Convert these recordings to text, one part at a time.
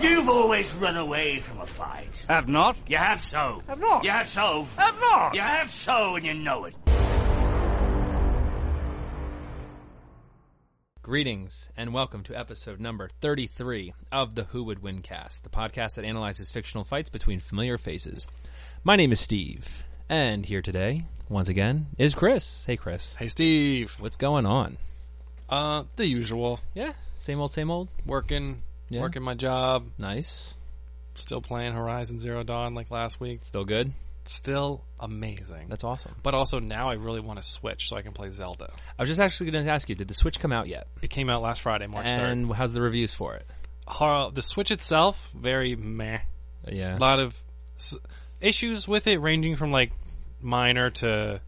You've always run away from a fight. Have not? You have so. Have not? You have so. Have not? You have so, and you know it. Greetings and welcome to episode number 33 of the Who Would Win cast, the podcast that analyzes fictional fights between familiar faces. My name is Steve, and here today, once again, is Chris. Hey, Chris. Hey, Steve. What's going on? Uh, the usual. Yeah, same old, same old. Working, Yeah. working my job. Nice. Still playing Horizon Zero Dawn like last week. Still good? Still amazing. That's awesome. But also now I really want to switch so I can play Zelda. I was just actually going to ask you, did the Switch come out yet? It came out last Friday, March and how's the reviews for it? 3rd. Har- the Switch itself, very meh. Yeah. A lot of s- issues with it, ranging from like minor to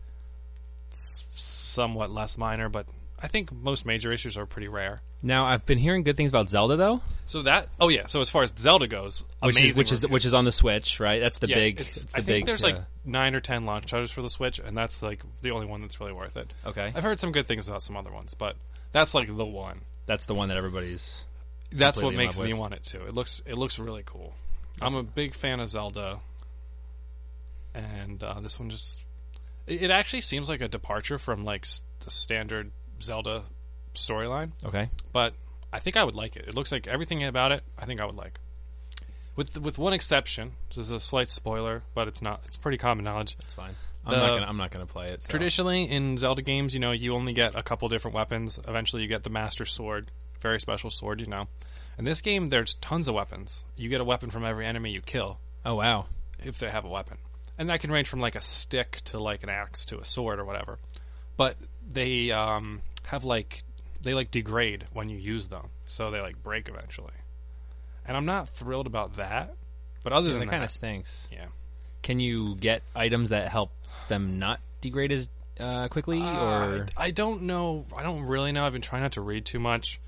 s- somewhat less minor. But I think most major issues are pretty rare. Now, I've been hearing good things about Zelda, though, So that, oh yeah. So as far as Zelda goes, which amazing is which is, reviews. which is on the Switch, right? That's the Yeah, big. it's- it's the I think big, there's uh, like nine or ten launch titles for the Switch, and that's like the only one that's really worth it. uh, Okay. I've heard some good things about some other ones, but that's like the one. that's the one that everybody's. That's Completely in what makes love me with. want it too. It looks it looks really cool. I'm a big fan of Zelda, and uh, this one just it, it actually seems like a departure from like s- the standard Zelda storyline, Okay. but I think I would like it. It looks like everything about it. I think I would like. With, with one exception, this is a slight spoiler, but it's not. It's pretty common knowledge. It's fine. I'm The- not gonna. I'm not gonna play it. so. Traditionally, in Zelda games, you know, you only get a couple different weapons. Eventually, you get the Master Sword, very special sword, you know. In this game, there's tons of weapons. You get a weapon from every enemy you kill, Oh wow. if they have a weapon. And that can range from like a stick to like an axe to a sword or whatever. But they um, have like, they like degrade when you use them. So they like break eventually. And I'm not thrilled about that. But other Yeah, than that that, kind of stinks. yeah. Can you get items that help them not degrade as uh, quickly? Uh, or I I don't know. I don't really know. I've been trying not to read too much.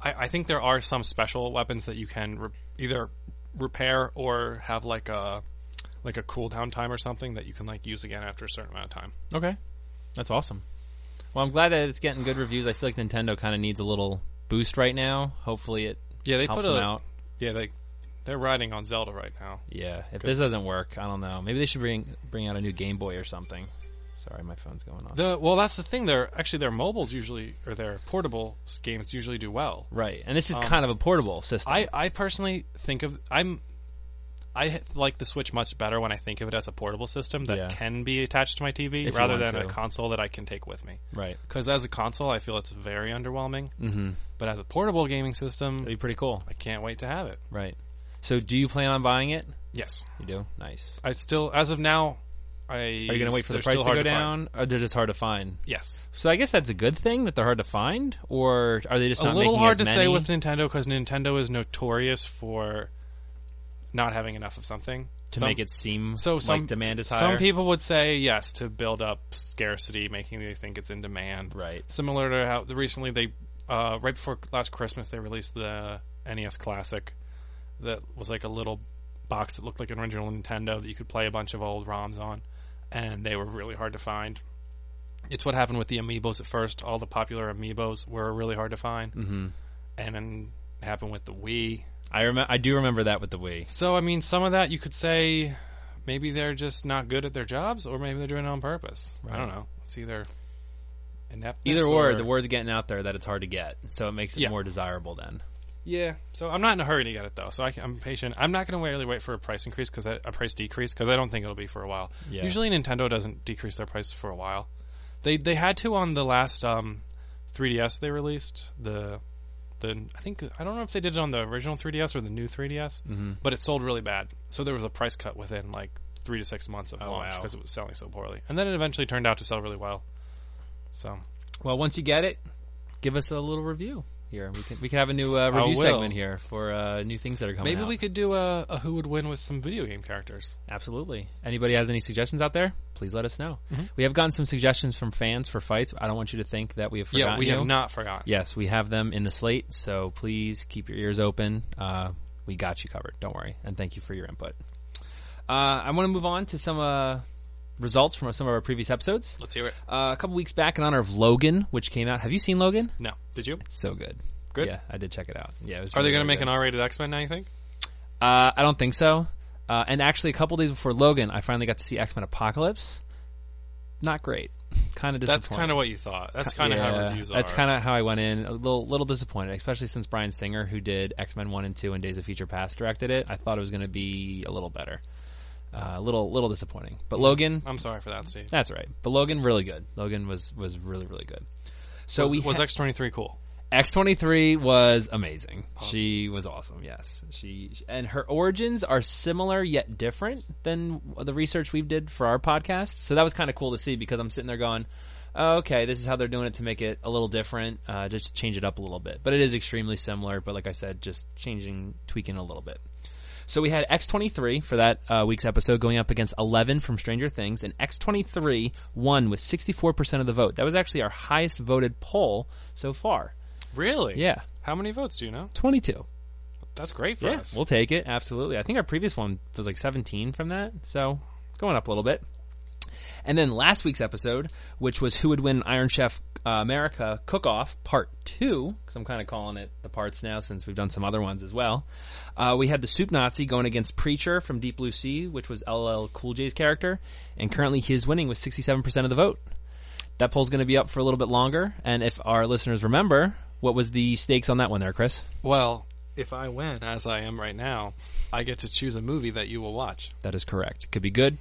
I, I think there are some special weapons that you can re- either repair or have like a like a cooldown time or something that you can like use again after a certain amount of time. okay, that's awesome. Well, I'm glad that it's getting good reviews. I feel like Nintendo kind of needs a little boost right now. Hopefully, it Yeah, they helps put a them out. yeah they they're riding on Zelda right now. Yeah, if this doesn't work, I don't know. Maybe they should bring bring out a new Game Boy or something. Sorry, my phone's going off. The well that's the thing. They're actually their mobiles usually or their portable games usually do well. right, and this is kind of a portable system. Um, I, I personally think of I'm I h- like the Switch much better when I think of it as a portable system that Yeah. can be attached to my TV If you rather want than a to. console that I can take with me. right, Because as a console, I feel it's very underwhelming. mm-hmm. But as a portable gaming system, that'd be pretty cool. I can't wait to have it. Right. So, do you plan on buying it? Yes, You do. Nice. I still as of now, I are Are you going to wait for the price to go down, Uh, or they're just hard to find? Yes, So I guess that's a good thing that they're hard to find, or are they just a not little making hard as to many? say with Nintendo because Nintendo is notorious for not having enough of something to Some- make it seem So some like demand is higher. Some people would say yes to build up scarcity, making you think it's in demand. Right. Similar to how the- recently they, uh, right before last Christmas, they released the NES Classic, that was like a little box that looked like an original Nintendo that you could play a bunch of old ROMs on, and they were really hard to find. It's what happened with the Amiibos at first. All the popular Amiibos were really hard to find, hmm and then it happened with the Wii. I remember. I do remember that with the Wii. So I mean, some of that you could say maybe they're just not good at their jobs, or maybe they're doing it on purpose. I don't know. It's either inept. Either or, the word's getting out there that it's hard to get, so it makes it Yeah. more desirable. Then Yeah. So I'm not in a hurry to get it though. So I can, I'm patient. I'm not going to really wait for a price increase because a price decrease because I don't think it'll be for a while. Yeah. Usually Nintendo doesn't decrease their price for a while. They they had to on the last um, 3DS they released the. The, I think I don't know if they did it on the original 3DS or the new 3DS, but it sold really bad. So there was a price cut within like three to six months of Oh, launch wow. because it was selling so poorly, and then it eventually turned out to sell really well. So Well, once you get it, give us a little review. here. We can we can have a new uh, I review will. segment here for uh, new things that are coming. Maybe out. we could do a, a who would win with some video game characters. Absolutely. Anybody has any suggestions out there? Please let us know. Mm-hmm. We have gotten some suggestions from fans for fights. I don't want you to think that we have forgotten. yeah, we you. have not forgotten. Yes, we have them in the slate. So please keep your ears open. Uh, we got you covered. Don't worry. And thank you for your input. Uh, I want to move on to some uh, results from some of our previous episodes. Let's hear it. Uh, a couple weeks back, in honor of Logan, which came out. Have you seen Logan? No, did you? So good. Good? Yeah, I did check it out. Yeah. It was Are they going really, to really make good. an R-rated X-Men now? You think? Uh, I don't think so. Uh, and actually, a couple days before Logan, I finally got to see X Men Apocalypse. Not great. kind of disappointing. That's kind of what you thought. That's kind of how Yeah, reviews are. That's kind of how I went in. A little, little disappointed, especially since Brian Singer, who did X Men One and Two and Days of Future Past, directed it. I thought it was going to be a little better. Uh, a little, little disappointing. But Logan, I'm sorry for that, Steve. that's all right. But Logan, really good. Logan was was really, really good. So was, we was ha- X23 cool? X23 was amazing. She was awesome. Yes. She and her origins are similar yet different than the research we did for our podcast. So that was kind of cool to see because I'm sitting there going, oh, "Okay, this is how they're doing it to make it a little different, uh, just to change it up a little bit." But it is extremely similar, but like I said, just changing, tweaking a little bit. So we had X23 for that uh, week's episode going up against 11 from Stranger Things, and X23 won with 64% of the vote. That was actually our highest voted poll so far. Really? Yeah, How many votes do you know? 22. That's great for Yeah, us. we'll take it. Absolutely. I think our previous one was like 17 from that. So going up a little bit. And then last week's episode, which was Who Would Win Iron Chef uh, America Cook Off Part 2, because I'm kind of calling it the parts now since we've done some other ones as well. Uh, we had the Soup Nazi going against Preacher from Deep Blue Sea, which was LL Cool J's character. And currently he is winning with 67% of the vote. That poll's going to be up for a little bit longer. And if our listeners remember, what was the stakes on that one there, Chris? well, if I win, as I am right now, I get to choose a movie that you will watch. That is correct. Could be good,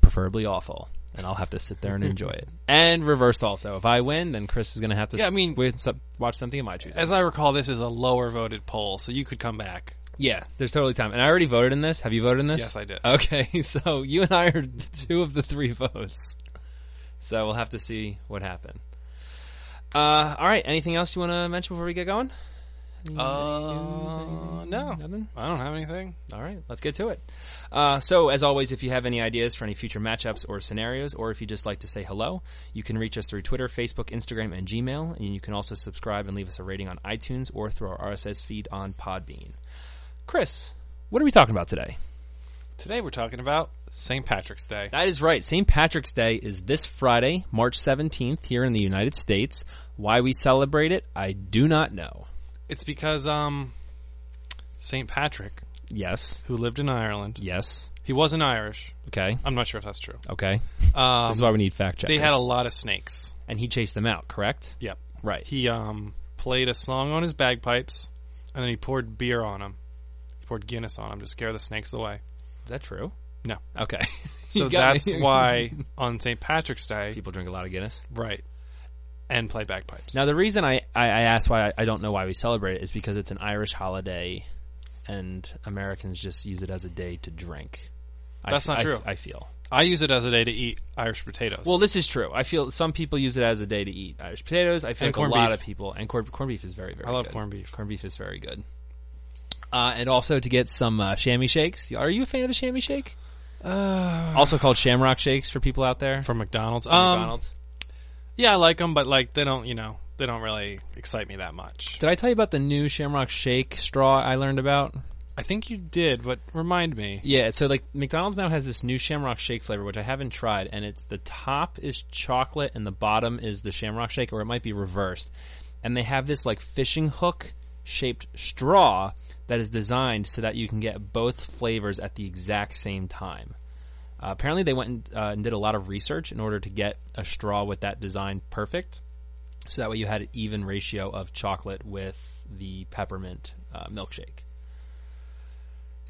preferably awful, and I'll have to sit there and enjoy it. And reversed also. If I win, then Chris is going to have to Yeah, I mean- wait, so- watch something of my choosing. As I recall, this is a lower voted poll, so you could come back. yeah, there's totally time. And I already voted in this. Have you voted in this? Yes, I did. Oh. Okay, so you and I are two of the three votes. So we'll have to see what happened. Uh, all right. Anything else you want to mention before we get going? Uh, no, Nothing? I don't have anything. All right, let's get to it. Uh, so, as always, if you have any ideas for any future matchups or scenarios, or if you just like to say hello, you can reach us through Twitter, Facebook, Instagram, and Gmail. And you can also subscribe and leave us a rating on iTunes or through our RSS feed on Podbean. Chris, what are we talking about today? Today we're talking about St. Patrick's Day. That is right. St. Patrick's Day is this Friday, March 17th, here in the United States. Why we celebrate it, I do not know. It's because um, St. Patrick, Yes. who lived in Ireland, Yes. he wasn't Irish. Okay. I'm not sure if that's true. Okay. Um, This is why we need fact checkers. they had a lot of snakes. and he chased them out, correct? Yep. Right. He um played a song on his bagpipes, and then he poured beer on them. He poured Guinness on them to scare the snakes away. Is that true? No. Okay. So You got that's me. why on St. Patrick's Day, people drink a lot of Guinness. right, and play bagpipes. Now, the reason I, I, I asked why I don't know why we celebrate it is because it's an Irish holiday, and Americans just use it as a day to drink. I That's f- not I f- true. I feel. I use it as a day to eat Irish potatoes. Well, this is true. I feel some people use it as a day to eat Irish potatoes. I feel And like a corned lot beef. of people and corn, corned beef is very very. I love good. corned beef. Corned beef is very good. Uh, and also to get some uh, chamois shakes. Are you a fan of the chamois shake? also called shamrock shakes for people out there. from McDonald's. From Uh. Um, McDonald's. Yeah, I like them, but like they don't, you know, they don't really excite me that much. Did I tell you about the new Shamrock Shake straw I learned about? I think you did, but remind me. Yeah, so like McDonald's now has this new Shamrock Shake flavor, which I haven't tried, and it's the top is chocolate and the bottom is the Shamrock Shake, or it might be reversed. And they have this like fishing hook shaped straw that is designed so that you can get both flavors at the exact same time. Uh, apparently, they went and, uh, and did a lot of research in order to get a straw with that design perfect. So that way you had an even ratio of chocolate with the peppermint uh, milkshake.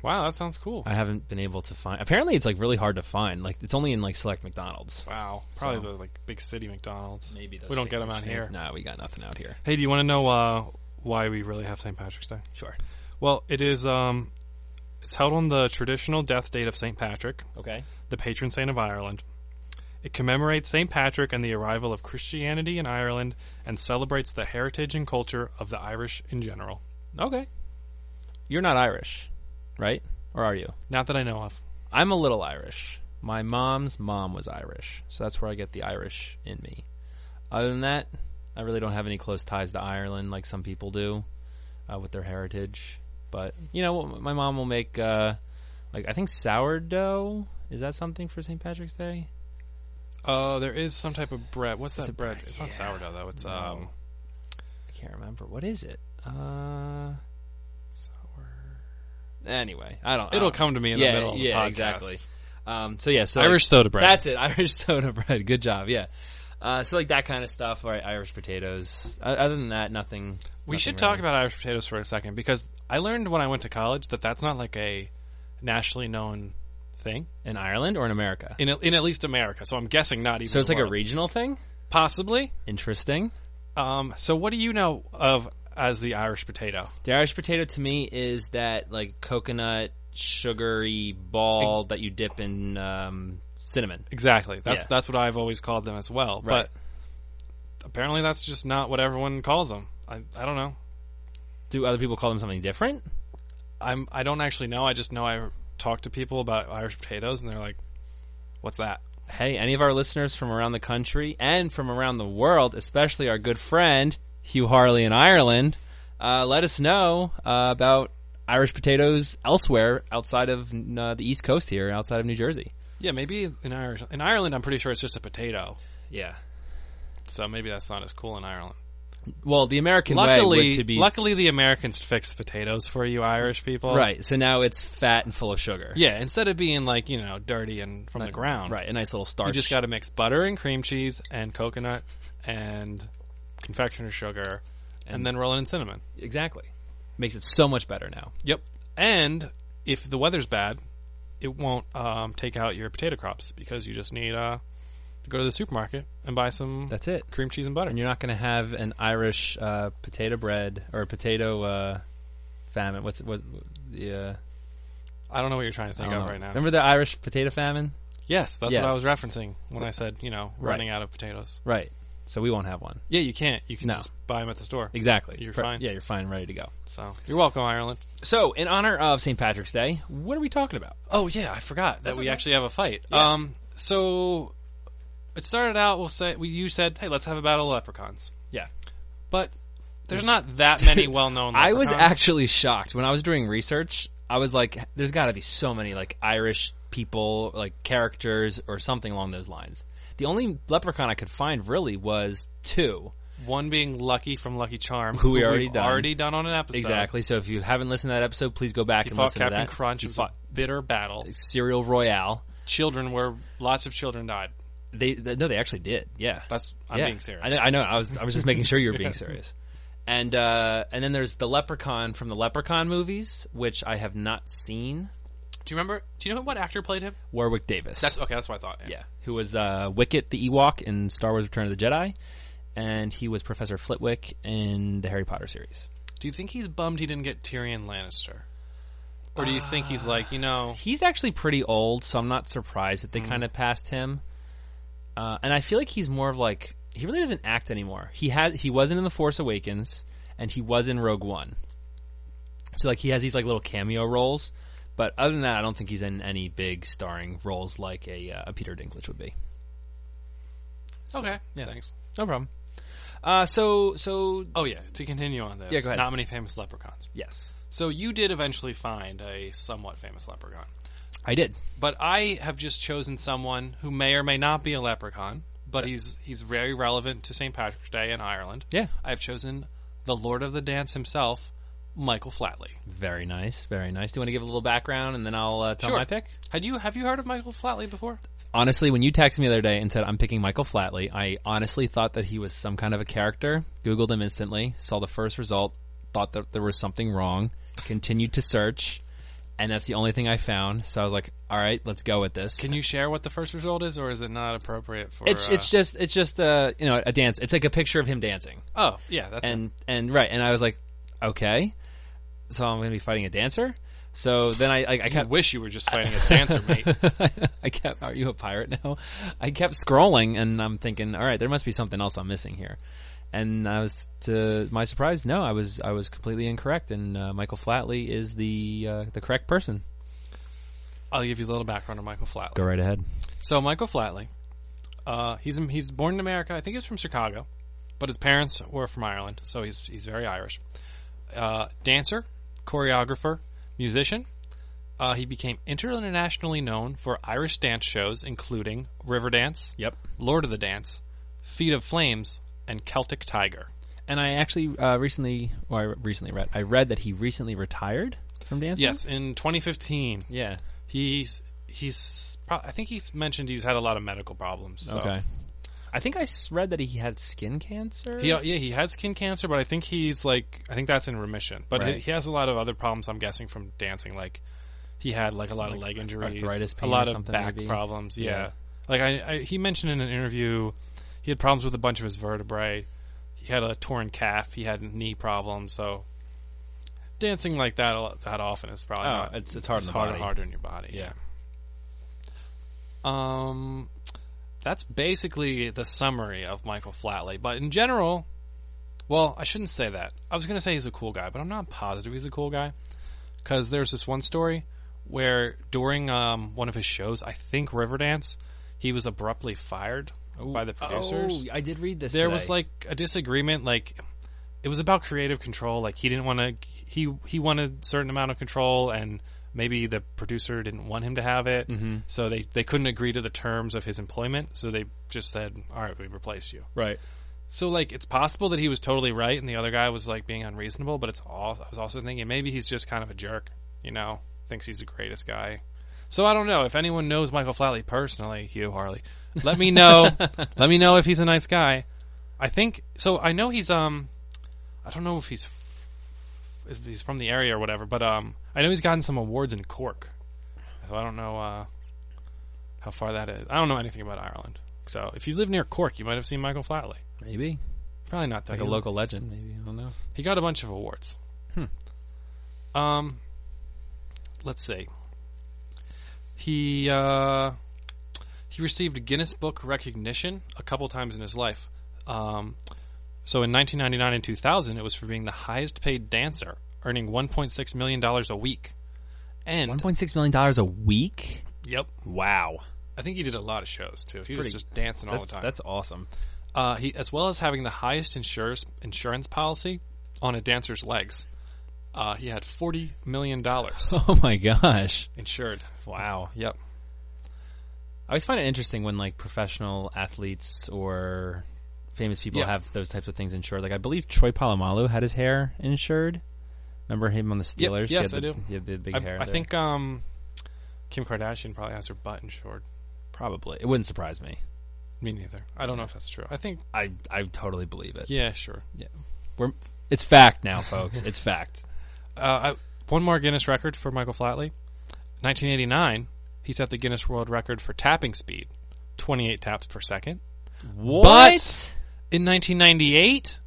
Wow, that sounds cool. I haven't been able to find. Apparently, it's like really hard to find. Like it's only in like select McDonald's. Wow, probably the like big city McDonald's. Maybe those we don't get them things out change. here. No, we got nothing out here. Hey, do you want to know uh, why we really have St. Patrick's Day? Sure. Well, it is um, it's held on the traditional death date of St. Patrick, Okay. the patron saint of Ireland. It commemorates St. Patrick and the arrival of Christianity in Ireland and celebrates the heritage and culture of the Irish in general. Okay. You're not Irish, right? Or are you? Not that I know of. I'm a little Irish. My mom's mom was Irish, so that's where I get the Irish in me. Other than that, I really don't have any close ties to Ireland like some people do uh, with their heritage. But you know, my mom will make uh, like I think sourdough. Is that something for St. Patrick's Day? Uh, there is some type of bread. What's It's that a bread? bread, It's not yeah. sourdough though. It's um. I can't remember. What is it? Uh, Anyway, I don't. I It'll don't- come to me in the yeah, middle of the yeah, podcast. exactly. Um, so yeah, so Irish soda bread. That's it. Irish soda bread. Good job. Yeah. Uh, so like that kind of stuff. All right, Irish potatoes. O- Other than that, nothing. We nothing should really. talk about Irish potatoes for a second because I learned when I went to college that that's not like a nationally known thing in Ireland or in America. in in at least America. So I'm guessing not even. so it's the like a world. regional thing. possibly. Interesting. Um. So what do you know of as the Irish potato? The Irish potato to me is that like coconut sugary ball that you dip in um, cinnamon. Exactly. That's Yeah. that's what I've always called them as well. Right. But apparently that's just not what everyone calls them. I I don't know. Do other people call them something different? I'm I don't actually know. I just know I talk to people about Irish potatoes and they're like, "What's that?" Hey, any of our listeners from around the country and from around the world, especially our good friend Hugh Harley in Ireland, uh, let us know uh, about Irish potatoes elsewhere outside of uh, the East Coast here, outside of New Jersey. Yeah, maybe in Irish in Ireland, I'm pretty sure it's just a potato. Yeah. So maybe that's not as cool in Ireland. Well, the American way Luckily, would to be luckily the Americans fixed potatoes for you Irish people. right. So now it's fat and full of sugar. Yeah, instead of being like, you know, dirty and from the ground. Right. A nice little starch. You just got to mix butter and cream cheese and coconut and confectioner's sugar and, then roll it in cinnamon. exactly. Makes it so much better now. Yep. And if the weather's bad, it won't um, take out your potato crops because you just need uh, to go to the supermarket and buy some That's it. cream cheese and butter. And you're not going to have an Irish uh, potato bread or potato uh, famine. What's what? The uh, I don't know what you're trying to think I don't of know. right now. Remember the Irish potato famine? Yes, that's Yes. what I was referencing when I said, you know, Right. running out of potatoes. Right. So we won't have one. Yeah, you can't. You can No. just buy them at the store. Exactly. You're Pre- fine. Yeah, you're fine. Ready to go. So you're welcome, Ireland. So, in honor of St. Patrick's Day, what are we talking about? Oh yeah, I forgot that we okay. actually have a fight. Um, so it started out. We'll say we you said, hey, let's have a battle of leprechauns, Yeah. but there's not that many well-known. I was leprechauns. actually shocked when I was doing research. I was like, "There's got to be so many like Irish people, like characters or something along those lines." The only leprechaun I could find really was two. one being Lucky from Lucky Charms, Who we we've already done. already done on an episode. Exactly. So if you haven't listened to that episode, please go back He and fought listen Captain to that. Crunch. He It was a fought bitter battle. Cereal Royale. Children were lots of children died. They, they no, they actually did. Yeah, That's I'm Yeah. being serious. I know, I know. I was I was just making sure you were being serious. And uh, and then there's the Leprechaun from the Leprechaun movies, which I have not seen. Do you remember? Do you know what actor played him? Warwick Davis. That's okay. That's what I thought. yeah, who was uh, Wicket the Ewok in Star Wars: Return of the Jedi, and he was Professor Flitwick in the Harry Potter series. Do you think he's bummed he didn't get Tyrion Lannister? Or do you think he's like, you know, He's actually pretty old, so I'm not surprised that they kind of passed him. Uh, and I feel like he's more of like he really doesn't act anymore. He had he wasn't in the Force Awakens, and he was in Rogue One. So like he has these like little cameo roles, but other than that, I don't think he's in any big starring roles like a, uh, a Peter Dinklage would be. okay, thanks. No problem. Uh, so so Oh yeah, to continue on this. Yeah, go ahead. Not many famous leprechauns. yes, So you did eventually find a somewhat famous leprechaun. I did. But I have just chosen someone who may or may not be a leprechaun, but he's he's very relevant to St. Patrick's Day in Ireland. Yeah. I've chosen the Lord of the Dance himself, Michael Flatley. Very nice, very nice. Do you want to give a little background and then I'll uh, tell Sure. my pick? Had you have you heard of Michael Flatley before? Honestly, when you texted me the other day and said I'm picking Michael Flatley, I honestly thought that he was some kind of a character. Googled him instantly, saw the first result, thought that there was something wrong, continued to search, and that's the only thing I found. So I was like, all right, let's go with this. Can you share what the first result is, or is it not appropriate for? it's uh, it's just it's just uh you know a dance. It's like a picture of him dancing. oh yeah, that's it. and and right and i was like okay so i'm gonna be fighting a dancer So then I, I, I I kept wish you were just fighting a dancer, mate. I kept, are you a pirate now? I kept scrolling and I'm thinking, all right, there must be something else I'm missing here. And I was, to my surprise, no, I was, I was completely incorrect. And uh, Michael Flatley is the, uh, the correct person. I'll give you a little background on Michael Flatley. Go right ahead. So Michael Flatley, uh, he's he's born in America. I think he's from Chicago, but his parents were from Ireland, so he's he's very Irish. Uh, dancer, choreographer, musician. Uh, he became internationally known for Irish dance shows, including Riverdance, Yep. Lord of the Dance, Feet of Flames, and Celtic Tiger. And I actually, uh, recently, or I recently read, I read that he recently retired from dancing. Yes, in 2015, Yeah. he's he's. pro- I think he's mentioned he's had a lot of medical problems. So. Okay. I think I s- read that he had skin cancer. He, uh, yeah, he had skin cancer, but I think he's like, I think that's in remission. But he, Right. he has a lot of other problems, I'm guessing, from dancing. Like, he had like a lot of leg injuries, arthritis a pain lot or of something, back maybe? problems. Yeah, Yeah. like I, I, he mentioned in an interview, he had problems with a bunch of his vertebrae. He had a torn calf. He had knee problems. So dancing like that a lot- that often is probably Oh, not- it's- it's hard It's on the harder, body. harder in your body. Yeah. Um, that's basically the summary of Michael Flatley. But in general, well, I shouldn't say that. I was going to say he's a cool guy, but I'm not positive he's a cool guy because there's this one story where during um, one of his shows, I think Riverdance, he was abruptly fired by the producers Oh, I did read this. there today. was like a disagreement like it was about creative control like he didn't want to he he wanted certain amount of control and maybe the producer didn't want him to have it Mm-hmm. so they they couldn't agree to the terms of his employment so they just said all right we replace you right. so like it's possible that he was totally right and the other guy was like being unreasonable but it's all i was also thinking maybe he's just kind of a jerk you know thinks he's the greatest guy so i don't know if anyone knows michael flatley personally hugh harley let me know let me know if he's a nice guy i think so i know he's um i don't know if he's if he's from the area or whatever but um i know he's gotten some awards in cork so i don't know uh how far that is i don't know anything about ireland so if you live near cork you might have seen michael flatley Maybe Probably not though. like a He- local legend. Maybe I don't know. He got a bunch of awards. Hmm. Um. Let's see. He uh, he received Guinness Book recognition a couple times in his life. Um, so in 1999 and 2000, it was for being the highest paid dancer, earning 1.6 million dollars a week. And One point six million dollars a week. yep, Wow, I think he did a lot of shows too. he pretty- was just dancing all the that's time. that's awesome. uh, he, as well as having the highest insurance insurance policy on a dancer's legs. Uh, he had forty million dollars Oh my gosh! insured. Wow. Yep. I always find it interesting when like professional athletes or famous people Yeah. have those types of things insured. Like I believe Troy Polamalu had his hair insured. Remember him on the Steelers? He yes, had the- I do. He had the big I, hair. I there. think um, Kim Kardashian probably has her butt insured. probably it wouldn't surprise me. Me neither. I don't know if that's true. I think I I totally believe it. yeah, sure. We're, it's fact now, folks. it's fact. Uh, I, one more Guinness record for Michael Flatley. 1989, he set the Guinness World Record for tapping speed, 28 taps per second. But in 1998,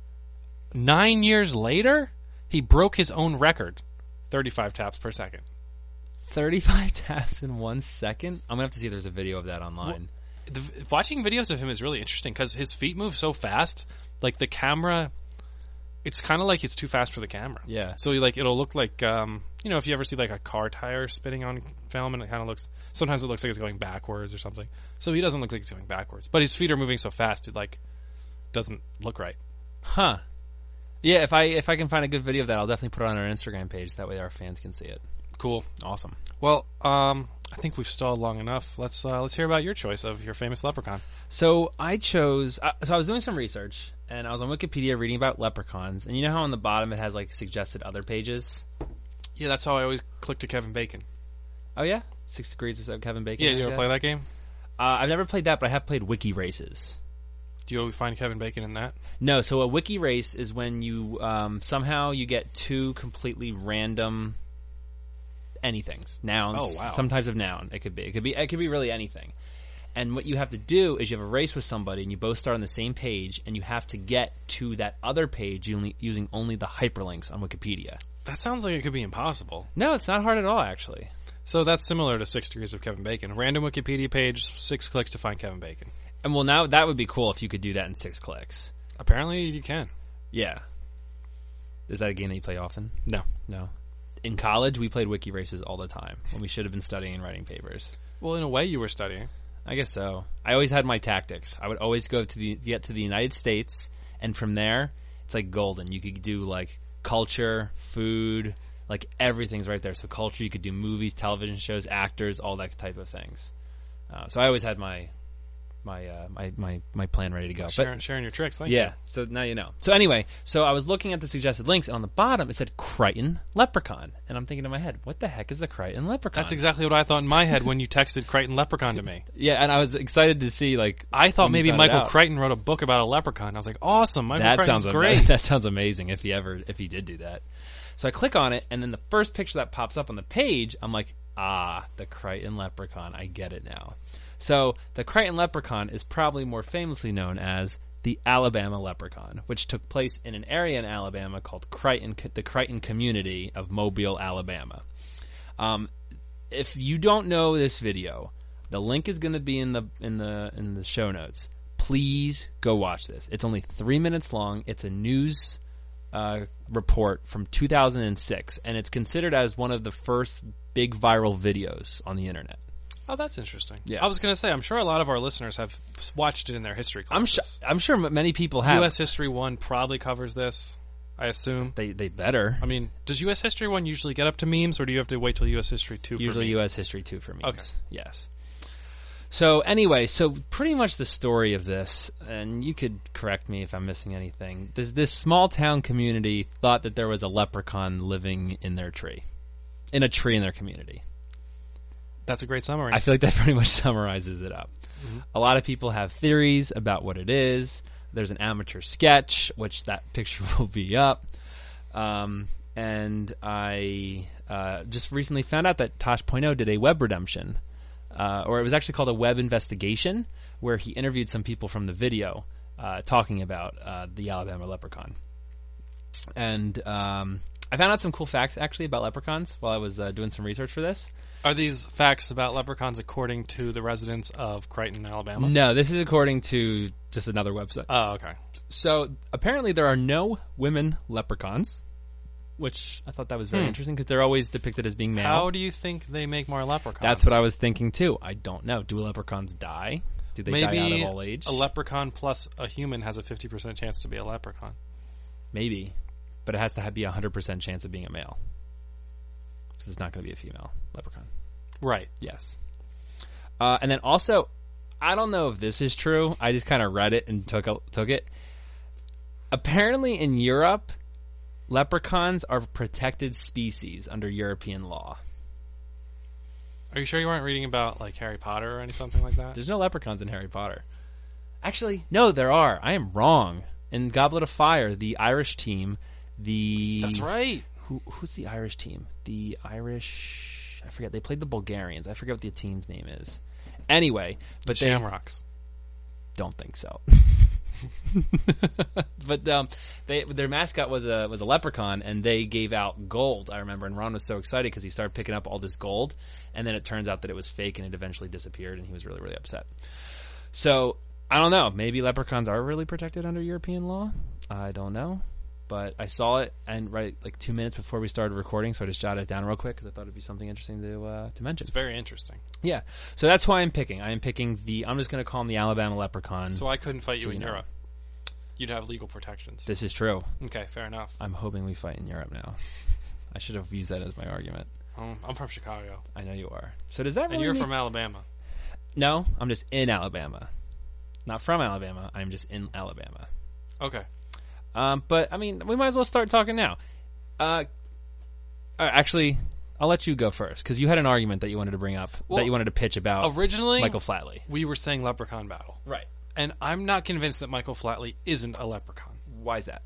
nine years later, he broke his own record, 35 taps per second. Thirty-five taps in one second. I'm gonna have to see if there's a video of that online. The, watching videos of him is really interesting because his feet move so fast. Like the camera, it's kind of like it's too fast for the camera. Yeah. So like it'll look like um, you know if you ever see like a car tire spinning on film and it kind of looks sometimes it looks like it's going backwards or something. So he doesn't look like he's going backwards, but his feet are moving so fast it like doesn't look right. Huh. Yeah, if I if I can find a good video of that, I'll definitely put it on our Instagram page. That way our fans can see it. Cool. Awesome. Well, um, I think we've stalled long enough. Let's uh, let's hear about your choice of your famous leprechaun. So I chose. Uh, so I was doing some research, and I was on Wikipedia reading about leprechauns. And you know how on the bottom it has like suggested other pages. Yeah, that's how I always click to Kevin Bacon. Oh yeah, Six Degrees of Kevin Bacon. Yeah, you ever play that game? Uh, I've never played that, but I have played Wiki Races. Do you always find Kevin Bacon in that? No, so a wiki race is when you um, somehow you get two completely random anythings, nouns. Oh, wow. Some types of noun. It could be. It could be. It could be really anything. And what you have to do is you have a race with somebody, and you both start on the same page, and you have to get to that other page uni- using only the hyperlinks on Wikipedia. That sounds like it could be impossible. No, it's not hard at all, actually. So that's similar to Six Degrees of Kevin Bacon. Random Wikipedia page, six clicks to find Kevin Bacon. And well, now that would be cool if you could do that in six clicks. Apparently, you can. Yeah. Is that a game that you play often? No. No. In college, we played wiki races all the time when we should have been studying and writing papers. Well, in a way, you were studying. I guess so. I always had my tactics. I would always go to the get to the United States, and from there, it's like golden. You could do like culture, food, like everything's right there. So culture, you could do movies, television shows, actors, all that type of things. Uh, so I always had my my uh, my, my my plan ready to go. But- Sharing, sharing your tricks. Thank yeah. So now you know. So anyway, so I was looking at the suggested links, and on the bottom it said Crichton Leprechaun, and I'm thinking in my head, what the heck is the Crichton Leprechaun? That's exactly what I thought in my head when you texted Crichton Leprechaun to me. yeah, and I was excited to see like I thought when you maybe found it Michael out. Crichton wrote a book about a leprechaun. I was like, awesome. Michael That Crichton's sounds ama- great. That sounds amazing if he ever if he did do that. So I click on it, and then the first picture that pops up on the page, I'm like, ah, the Crichton Leprechaun. I get it now. So the Crichton Leprechaun is probably more famously known as the Alabama Leprechaun, which took place in an area in Alabama called Crichton, the Crichton community of Mobile, Alabama. Um, if you don't know this video, the link is going to be in the in the in the show notes. Please go watch this. It's only three minutes long. It's a news uh, report from 2006, and it's considered as one of the first big viral videos on the internet. oh, that's interesting. Yeah. I was going to say, I'm sure a lot of our listeners have f- watched it in their history classes. I'm sure. I'm sure m- many people have. U.S. History 1 probably covers this, I assume. They they better. I mean, does U.S. History 1 usually get up to memes, or do you have to wait till U.S. History 2 usually for memes? U.S. history too for memes. Okay. Yes. So anyway, so pretty much the story of this, and you could correct me if I'm missing anything. This this small town community thought that there was a leprechaun living in their tree, in a tree in their community. That's a great summary. I feel like that pretty much summarizes it up. A lot of people have theories about what it is. There's an amateur sketch, which that picture will be up. Um, and I uh, just recently found out that Tosh.0 did a web redemption, uh, or it was actually called a web investigation, where he interviewed some people from the video uh, talking about uh, the Alabama leprechaun. And um, I found out some cool facts actually about leprechauns while I was uh, doing some research for this. Are these facts about leprechauns according to the residents of Crichton, Alabama? No, this is according to just another website. Oh, okay. so apparently there are no women leprechauns, which I thought that was very interesting because they're always depicted as being male. Hmm. How do you think they make more leprechauns? That's what I was thinking too. I don't know. Do leprechauns die? Do they Maybe die out of old age? a leprechaun plus a human has a 50% chance to be a leprechaun. Maybe, but it has to have, be a hundred percent chance of being a male because it's not going to be a female leprechaun. Right. Yes. Uh, and then also, I don't know if this is true. I just kind of read it and took took it. Apparently, in Europe, leprechauns are protected species under European law. Are you sure you weren't reading about like Harry Potter or any something like that? There's no leprechauns in Harry Potter. Actually, no, there are. I am wrong. In Goblet of Fire, the Irish team, the That's right. Who, who's the Irish team? The Irish. I forget. They played the Bulgarians. I forget what the team's name is. Anyway, but they, Shamrocks. don't think so. but um, they their mascot was a was a leprechaun, and they gave out gold. I remember, and Ron was so excited because he started picking up all this gold, and then it turns out that it was fake, and it eventually disappeared, and he was really really upset. So I don't know. Maybe leprechauns are really protected under European law. I don't know, but I saw it and right like two minutes before we started recording, so I just jotted it down real quick because I thought it'd be something interesting to uh, to mention. It's very interesting. Yeah, so that's why I'm picking. I am picking the. I'm just going to call him the Alabama leprechaun. So I couldn't fight you So in you know. Europe. You'd have legal protections. This is true. okay, fair enough. I'm hoping we fight in Europe now. I should have used that as my argument. Um, I'm from Chicago, I know you are. So does that and really? you're mean- from Alabama. No, I'm just in Alabama, not from Alabama. I'm just in Alabama. Okay. Um, but I mean, we might as well start talking now. Uh, uh, actually, I'll let you go first because you had an argument that you wanted to bring up that Well, you wanted to pitch about Originally, Michael Flatley. we were saying leprechaun battle, Right. and I'm not convinced that Michael Flatley isn't a leprechaun. Why is that?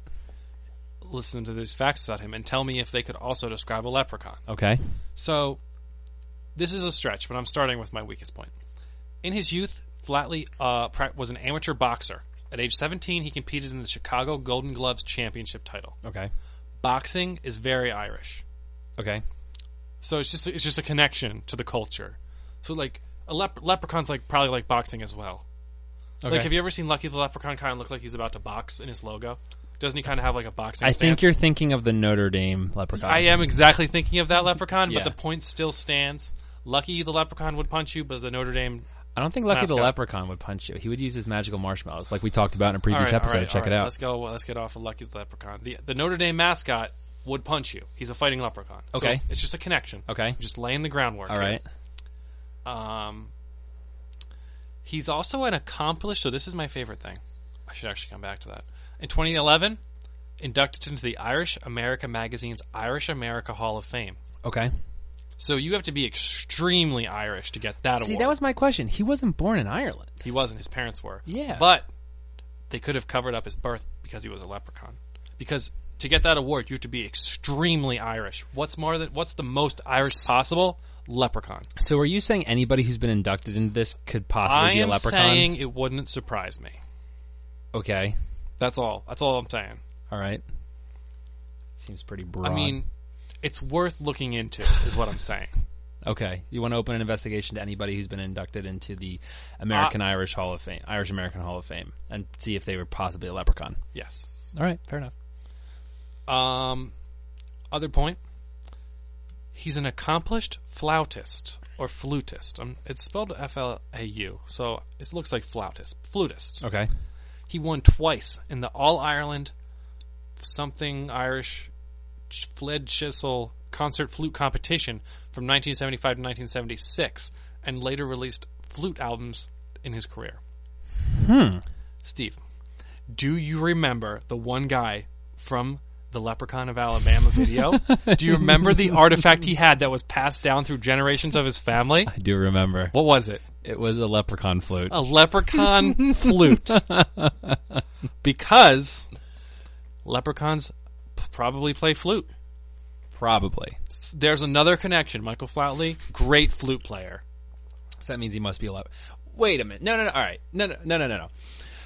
Listen to these facts about him and tell me if they could also describe a leprechaun. Okay. So, this is a stretch, but I'm starting with my weakest point. In his youth, Flatley uh, pra- was an amateur boxer. At age 17, he competed in the Chicago Golden Gloves Championship title. Okay. boxing is very Irish. Okay. So it's just it's just a connection to the culture. So like a lep- leprechaun's like probably like boxing as well. Okay. Like have you ever seen Lucky the Leprechaun kind of look like he's about to box in his logo? Doesn't he kind of have like a boxing? I stance? think you're thinking of the Notre Dame leprechaun. I am exactly thinking of that leprechaun, Yeah. but the point still stands. Lucky the leprechaun would punch you, but the Notre Dame. I don't think Lucky the Mascot. leprechaun would punch you. He would use his magical marshmallows, like we talked about in a previous All right, episode. all right, Check all it right. out. Let's go. uh, Let's get off of Lucky the leprechaun. The the Notre Dame mascot would punch you. He's a fighting leprechaun. So Okay. it's just a connection. Okay. just laying the groundwork. All right. Um, he's also an accomplished. So this is my favorite thing. I should actually come back to that. In 2011, inducted into the Irish America magazine's Irish America Hall of Fame. Okay. So you have to be extremely Irish to get that See, award. that was my question. He wasn't born in Ireland. he wasn't. His parents were. Yeah. but they could have covered up his birth because he was a leprechaun. Because to get that award, you have to be extremely Irish. What's more than what's the most Irish possible? Leprechaun. So, are you saying anybody who's been inducted into this could possibly I be a am leprechaun? saying it wouldn't surprise me. okay. That's all. That's all I'm saying. All right. Seems pretty broad. I mean, it's worth looking into, is what I'm saying. okay. You want to open an investigation to anybody who's been inducted into the American Irish Hall of Fame, Irish American Hall of Fame, and see if they were possibly a leprechaun. Yes. All right. Fair enough. Um, other point. He's an accomplished flautist or flutist. Um, it's spelled F L A U, so it looks like flautist, flutist. Okay. He won twice in the All Ireland something Irish ch- Fled Chisel concert flute competition from 1975 to 1976, and later released flute albums in his career. Hmm. Steve, do you remember the one guy from the Leprechaun of Alabama video? do you remember the artifact he had that was passed down through generations of his family? I do remember. What was it? It was a leprechaun flute. a leprechaun flute because leprechauns p- probably play flute. Probably. S- There's another connection. Michael Flatley, great flute player. So that means he must be a leper. Wait a minute. No, no, no. All right. No, no, no, no, no. no.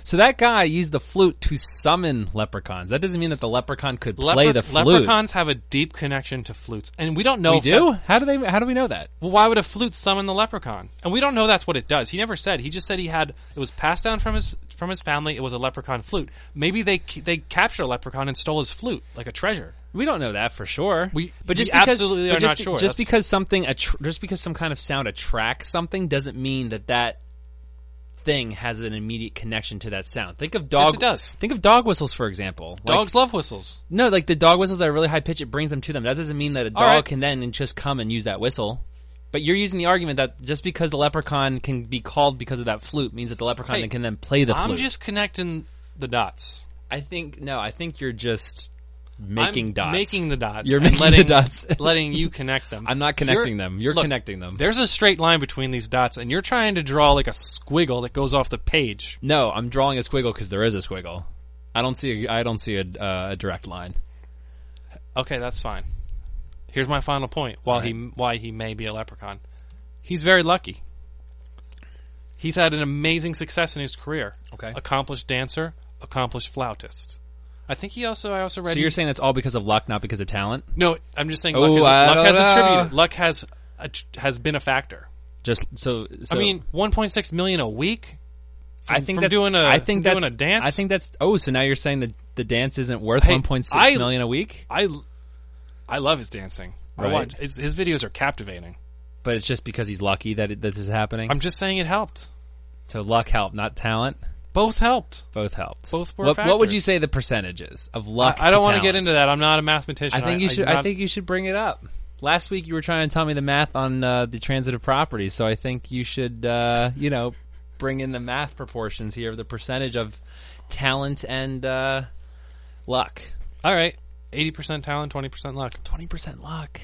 So that guy used the flute to summon leprechauns. That doesn't mean that the leprechaun could play Lepre- the flute. Leprechauns have a deep connection to flutes, and we don't know. we if do? that- How do they? How do we know that? well, why would a flute summon the leprechaun? And we don't know that's what it does. He never said. He just said he had. It was passed down from his from his family. It was a leprechaun flute. Maybe they c- they captured a leprechaun and stole his flute like a treasure. We don't know that for sure. We- but we just because, absolutely but are just, not sure. Just That's- because something, attr just because some kind of sound attracts something, doesn't mean that that thing has an immediate connection to that sound. Think of dog. it does. Think of dog whistles, for example. Like- Dogs love whistles. no, like the dog whistles that are really high pitch. It brings them to them. That doesn't mean that a dog right. can then just come and use that whistle. But you're using the argument that just because the leprechaun can be called because of that flute means that the leprechaun Hey, then can then play the I'm flute. just connecting the dots. I think no. I think you're just making I'm dots. Making the dots. You're and making the letting, dots. letting you connect them. I'm not connecting them. You're look, connecting them. There's a straight line between these dots, and you're trying to draw like a squiggle that goes off the page. No, I'm drawing a squiggle because there is a squiggle. I don't see. A, I don't see a, uh, a direct line. Okay, that's fine. Here's my final point. While he why he may be a leprechaun, he's very lucky. He's had an amazing success in his career. Okay. accomplished dancer, accomplished flautist. I think he also I also read So he- you're saying that's all because of luck, not because of talent? no. I'm just saying Oh, luck has, I luck don't has know. attributed luck has att- has been a factor. Just so. so I mean, 1.6 million a week. I think from that's, doing a- I think from that's doing a dance? I think that's. Oh, so now you're saying that the dance isn't worth Hey, 1.6 I- million a week, I, I love his dancing. I Right. watch, his, his videos are captivating. but it's just because he's lucky that it, that this is happening. I'm just saying it helped. so luck helped, not talent. Both helped. Both helped. Both were What, what would factors. you say the percentages of luck? I, I don't want to talent? get into that. I'm not a mathematician. I think you should. I'm I, not- think you should bring it up. Last week you were trying to tell me the math on uh, the transitive properties, so I think you should, uh, you know, bring in the math proportions here, the percentage of talent and uh, luck. All right, eighty percent talent, twenty percent luck. Twenty percent luck.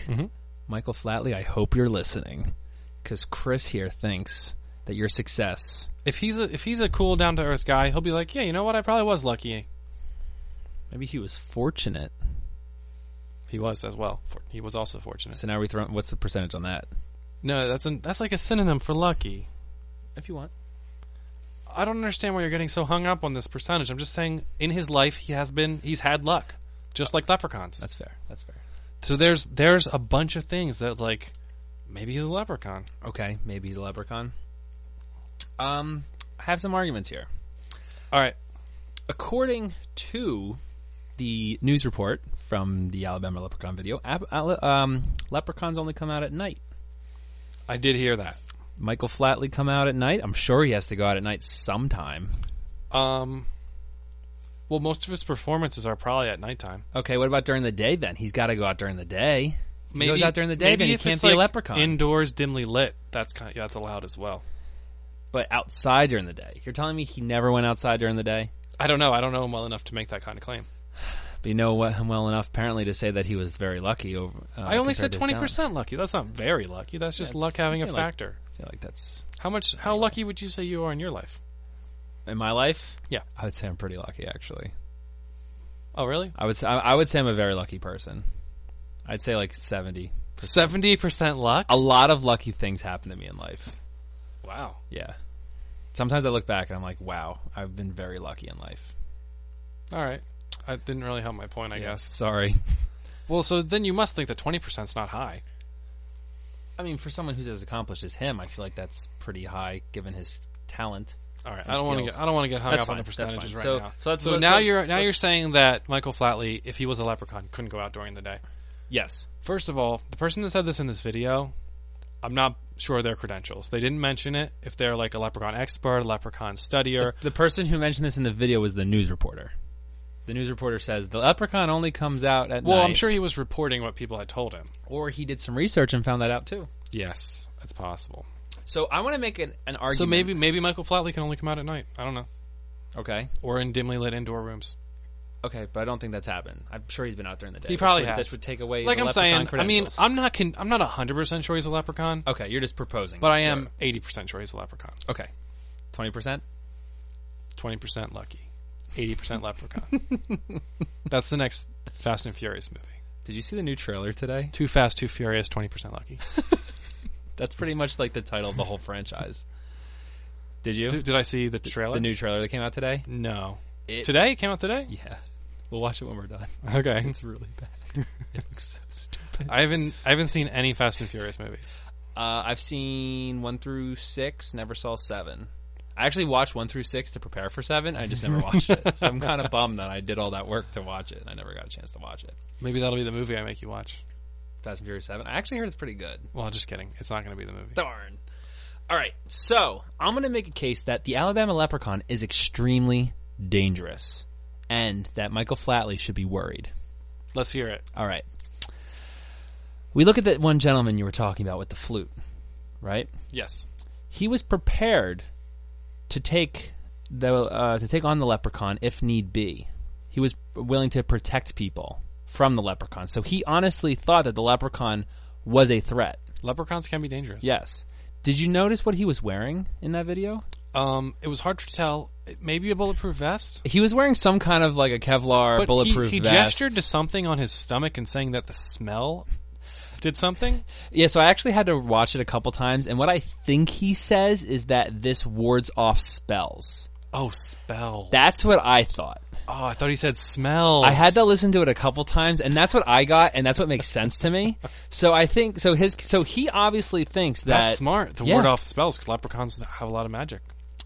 Michael Flatley, I hope you're listening, because Chris here thinks that your success. If he's a if he's a cool, down to earth guy, he'll be like, yeah, you know what? I probably was lucky. Maybe he was fortunate. He was as well. For- He was also fortunate. So now we throw. What's the percentage on that? No, that's an, that's like a synonym for lucky. If you want. I don't understand why you're getting so hung up on this percentage. I'm just saying, in his life, he has been he's had luck. just like leprechauns. That's fair. That's fair. So there's there's a bunch of things that like maybe he's a leprechaun. Okay, maybe he's a leprechaun. Um, I have some arguments here. All right, According to the news report from the Alabama Leprechaun video, ap- ale- um, leprechauns only come out at night. I did hear that. Michael Flatley come out at night. I'm sure he has to go out at night sometime. Um, well, most of his performances are probably at nighttime. Okay, what about during the day then? He's got to go out during the day. If he goes out during the day, maybe then he if can't it's, be a like, leprechaun. Indoors, dimly lit. That's kind. yeah, that's allowed as well. but outside during the day, you're telling me he never went outside during the day? I don't know. I don't know him well enough to make that kind of claim. But you know what- him well enough, apparently, to say that he was very lucky. Over, uh, I only compared said to his twenty talent. percent lucky. That's not very lucky. That's just That's- luck having a yeah, like- factor. I feel like that's How much? How lucky would you say you are in your life? in my life. Yeah. I would say I'm pretty lucky actually. Oh, really? I would say, I I would say I'm a very lucky person. I'd say like seventy. Seventy percent luck. A lot of lucky things happen to me in life. Wow. Yeah. Sometimes I look back and I'm like, wow, I've been very lucky in life. All right. I didn't really help my point. I guess. Sorry. Well, so then you must think that twenty percent's not high. I mean, for someone who's as accomplished as him, I feel like that's pretty high given his talent. All right. And I don't want to skills. get. I don't want to get hung That's up on the fine, that's percentages fine. right So- now. so let's- let's- now let's- you're now you're let's- saying that Michael Flatley, if he was a leprechaun, couldn't go out during the day. Yes. First of all, the person that said this in this video, I'm not sure of their credentials. They didn't mention it. If they're like a leprechaun expert, a leprechaun studier, The person who mentioned this in the video was the news reporter. The news reporter says the leprechaun only comes out at well, night. I'm sure he was reporting what people had told him. or he did some research and found that out too. Yes, that's possible. So I want to make an, an argument. So maybe maybe Michael Flatley can only come out at night. I don't know, okay, or in dimly lit indoor rooms. okay, but I don't think that's happened. I'm sure he's been out during the day. He probably That would- has. This would take away Like the I'm leprechaun saying, I mean, credentials. I'm not con- I'm not 100 percent sure he's a leprechaun, okay. You're just proposing, but I am 80 percent sure he's a leprechaun. okay. Twenty percent. 20 percent lucky, 80 percent leprechaun. That's the next Fast and Furious movie. Did you see the new trailer today? Too fast, too furious. 20 percent lucky. That's pretty much like the title of the whole franchise. Did you? Did, did I see the trailer? the new trailer that came out today? no. It- today it came out today. Yeah. We'll watch it when we're done. Okay, It's really bad. it looks so stupid. I haven't I haven't seen any Fast and Furious movies. Uh, I've seen one through six, never saw seven. I actually watched one through six to prepare for seven. I just never watched it. So I'm kind of bummed that I did all that work to watch it and I never got a chance to watch it. Maybe that'll be the movie I make you watch. Fast and Furious 7. I actually heard it's pretty good. Well, just kidding. It's not going to be the movie. Darn. All right. So I'm going to make a case that the Alabama leprechaun is extremely dangerous and that Michael Flatley should be worried. Let's hear it. All right. We look at that one gentleman you were talking about with the flute, right? Yes. He was prepared to take the uh, to take on the leprechaun if need be. He was willing to protect people from the leprechaun. So he honestly thought that the leprechaun was a threat. Leprechauns can be dangerous. Yes. Did you notice what he was wearing in that video? Um, it was hard to tell. Maybe a bulletproof vest. He was wearing some kind of like a Kevlar But bulletproof he, he vest. gestured to something on his stomach and saying that the smell did something. Yeah, so I actually had to watch it a couple times, and what I think he says is that this wards off spells. Oh, spell. That's what I thought. oh, I thought he said smell. I had to listen to it a couple times, and that's what I got, and that's what makes sense to me. So I think so. His so he obviously thinks that That's smart. The Yeah. ward off spells 'cause leprechauns have a lot of magic.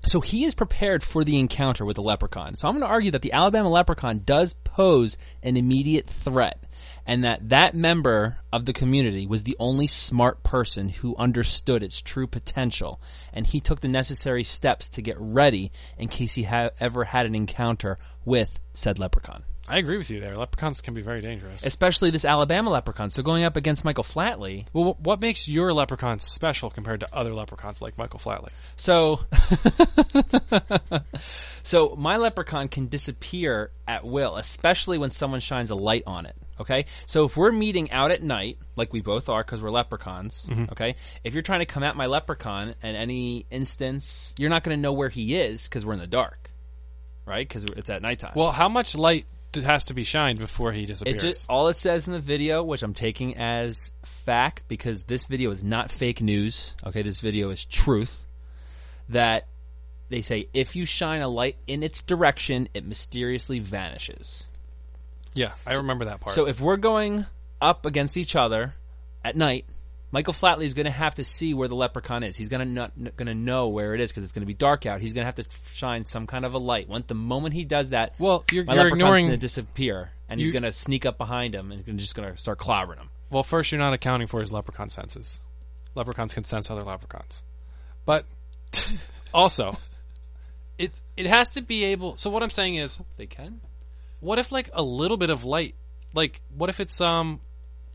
So he is prepared for the encounter with the leprechaun. So I'm going to argue that the Alabama leprechaun does pose an immediate threat and that that member of the community was the only smart person who understood its true potential and he took the necessary steps to get ready in case he ha- ever had an encounter with said leprechaun. I agree with you there. Leprechauns can be very dangerous. Especially this Alabama leprechaun. So going up against Michael Flatley, Well, wh- what makes your leprechaun special compared to other leprechauns like Michael Flatley? So, so my leprechaun can disappear at will, especially when someone shines a light on it. Okay, so if we're meeting out at night, like we both are, because we're leprechauns. Okay, if you're trying to come at my leprechaun in any instance, you're not going to know where he is because we're in the dark, right? Because it's at nighttime. Well, how much light d- has to be shined before he It disappears? just all it says in the video, which I'm taking as fact because this video is not fake news. Okay, this video is truth. That they say if you shine a light in its direction, it mysteriously vanishes. Yeah, I remember that part. So if we're going up against each other at night, Michael Flatley is going to have to see where the leprechaun is. He's going to not going to know where it is because it's going to be dark out. He's going to have to shine some kind of a light. Once the moment he does that, Well, you're- my you're leprechaun's ignoring- going to disappear, and he's you- going to sneak up behind him and he's just going to start clobbering him. well, first you're not accounting for his leprechaun senses. Leprechauns can sense other leprechauns, but also it it has to be able. So what I'm saying is, They can. what if like a little bit of light, like what if it's um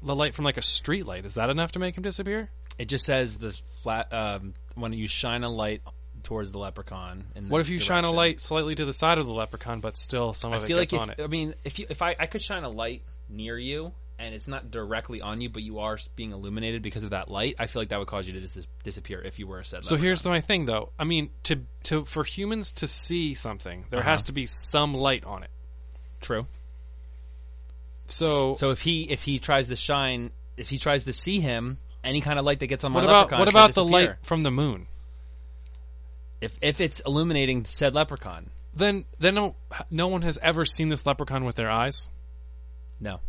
the light from like a street light? Is that enough to make him disappear? It just says the flat um, when you shine a light towards the leprechaun. In What if this you shine a direction. light slightly to the side of the leprechaun, but still some of I it feel gets like on if, it? I mean, if you if I I could shine a light near you and it's not directly on you, but you are being illuminated because of that light, I feel like that would cause you to dis- disappear if you were a said. So leprechaun. here's my thing, though. I mean, to to for humans to see something, there Uh-huh. has to be some light on it. true. So, So if he if he tries to shine, if he tries to see him, any kind of light that gets on my what about leprechaun, what is gonna about the light disappear. from the moon? If if it's illuminating said leprechaun, Then then no, no one has ever seen this leprechaun with their eyes. no.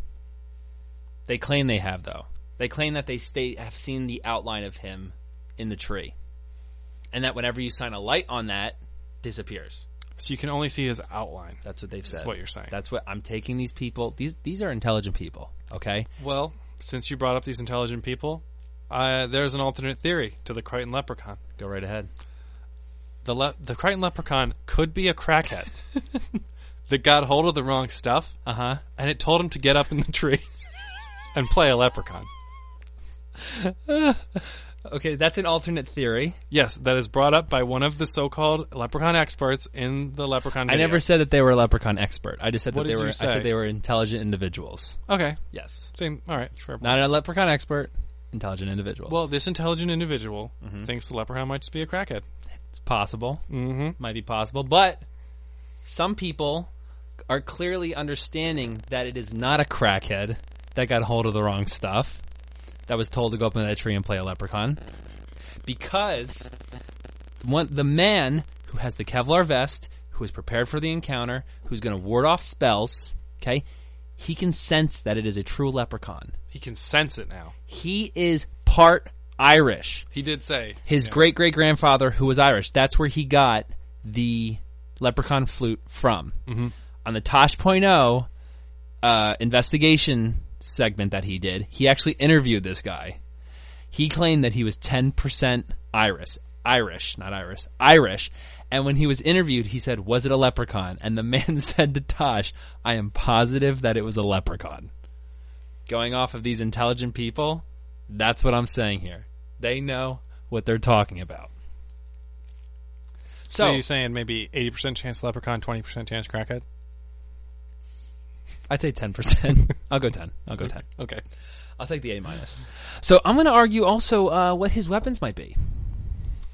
They claim they have though. They claim that they stay have seen the outline of him in the tree, and that whenever you shine a light on that, disappears. So you can only see his outline. That's what they've said. what you're saying. That's what I'm taking these people. These these are intelligent people. Okay. Well, since you brought up these intelligent people, uh, there's an alternate theory to the Crichton leprechaun. Go right ahead. The le- the Crichton leprechaun could be a crackhead that got hold of the wrong stuff, Uh huh. and it told him to get up in the tree and play a leprechaun. Okay, that's an alternate theory. Yes, that is brought up by one of the so-called leprechaun experts in the leprechaun. I Video. never said that they were a leprechaun expert. I just said What that they did you were. I say? said they were intelligent individuals. Okay, Yes. same. All right, sure. Not a leprechaun expert. Intelligent individuals. well, this intelligent individual thinks the leprechaun might just be a crackhead. it's possible. Mm-hmm. Might be possible, but some people are clearly understanding that it is not a crackhead that got hold of the wrong stuff that was told to go up in that tree and play a leprechaun because one the man who has the Kevlar vest, who is prepared for the encounter, who's going to ward off spells, okay? He can sense that it is a true leprechaun. He can sense it now. He is part Irish He did say his great great grandfather, who was Irish, that's where he got the leprechaun flute from. Mm-hmm. On the Tosh.0 uh, investigation segment that he did, he actually interviewed this guy. He claimed that he was 10% Irish. Irish, not Irish. Irish. And when he was interviewed, he said, Was it a leprechaun? And the man said to Tosh, I am positive that it was a leprechaun. Going off of these intelligent people, that's what I'm saying here. They know what they're talking about. So So, you're saying maybe eighty percent chance leprechaun, twenty percent chance crackhead. I'd say 10%. I'll go 10. I'll go 10. Okay, I'll take the A minus. So I'm going to argue also uh, what his weapons might be.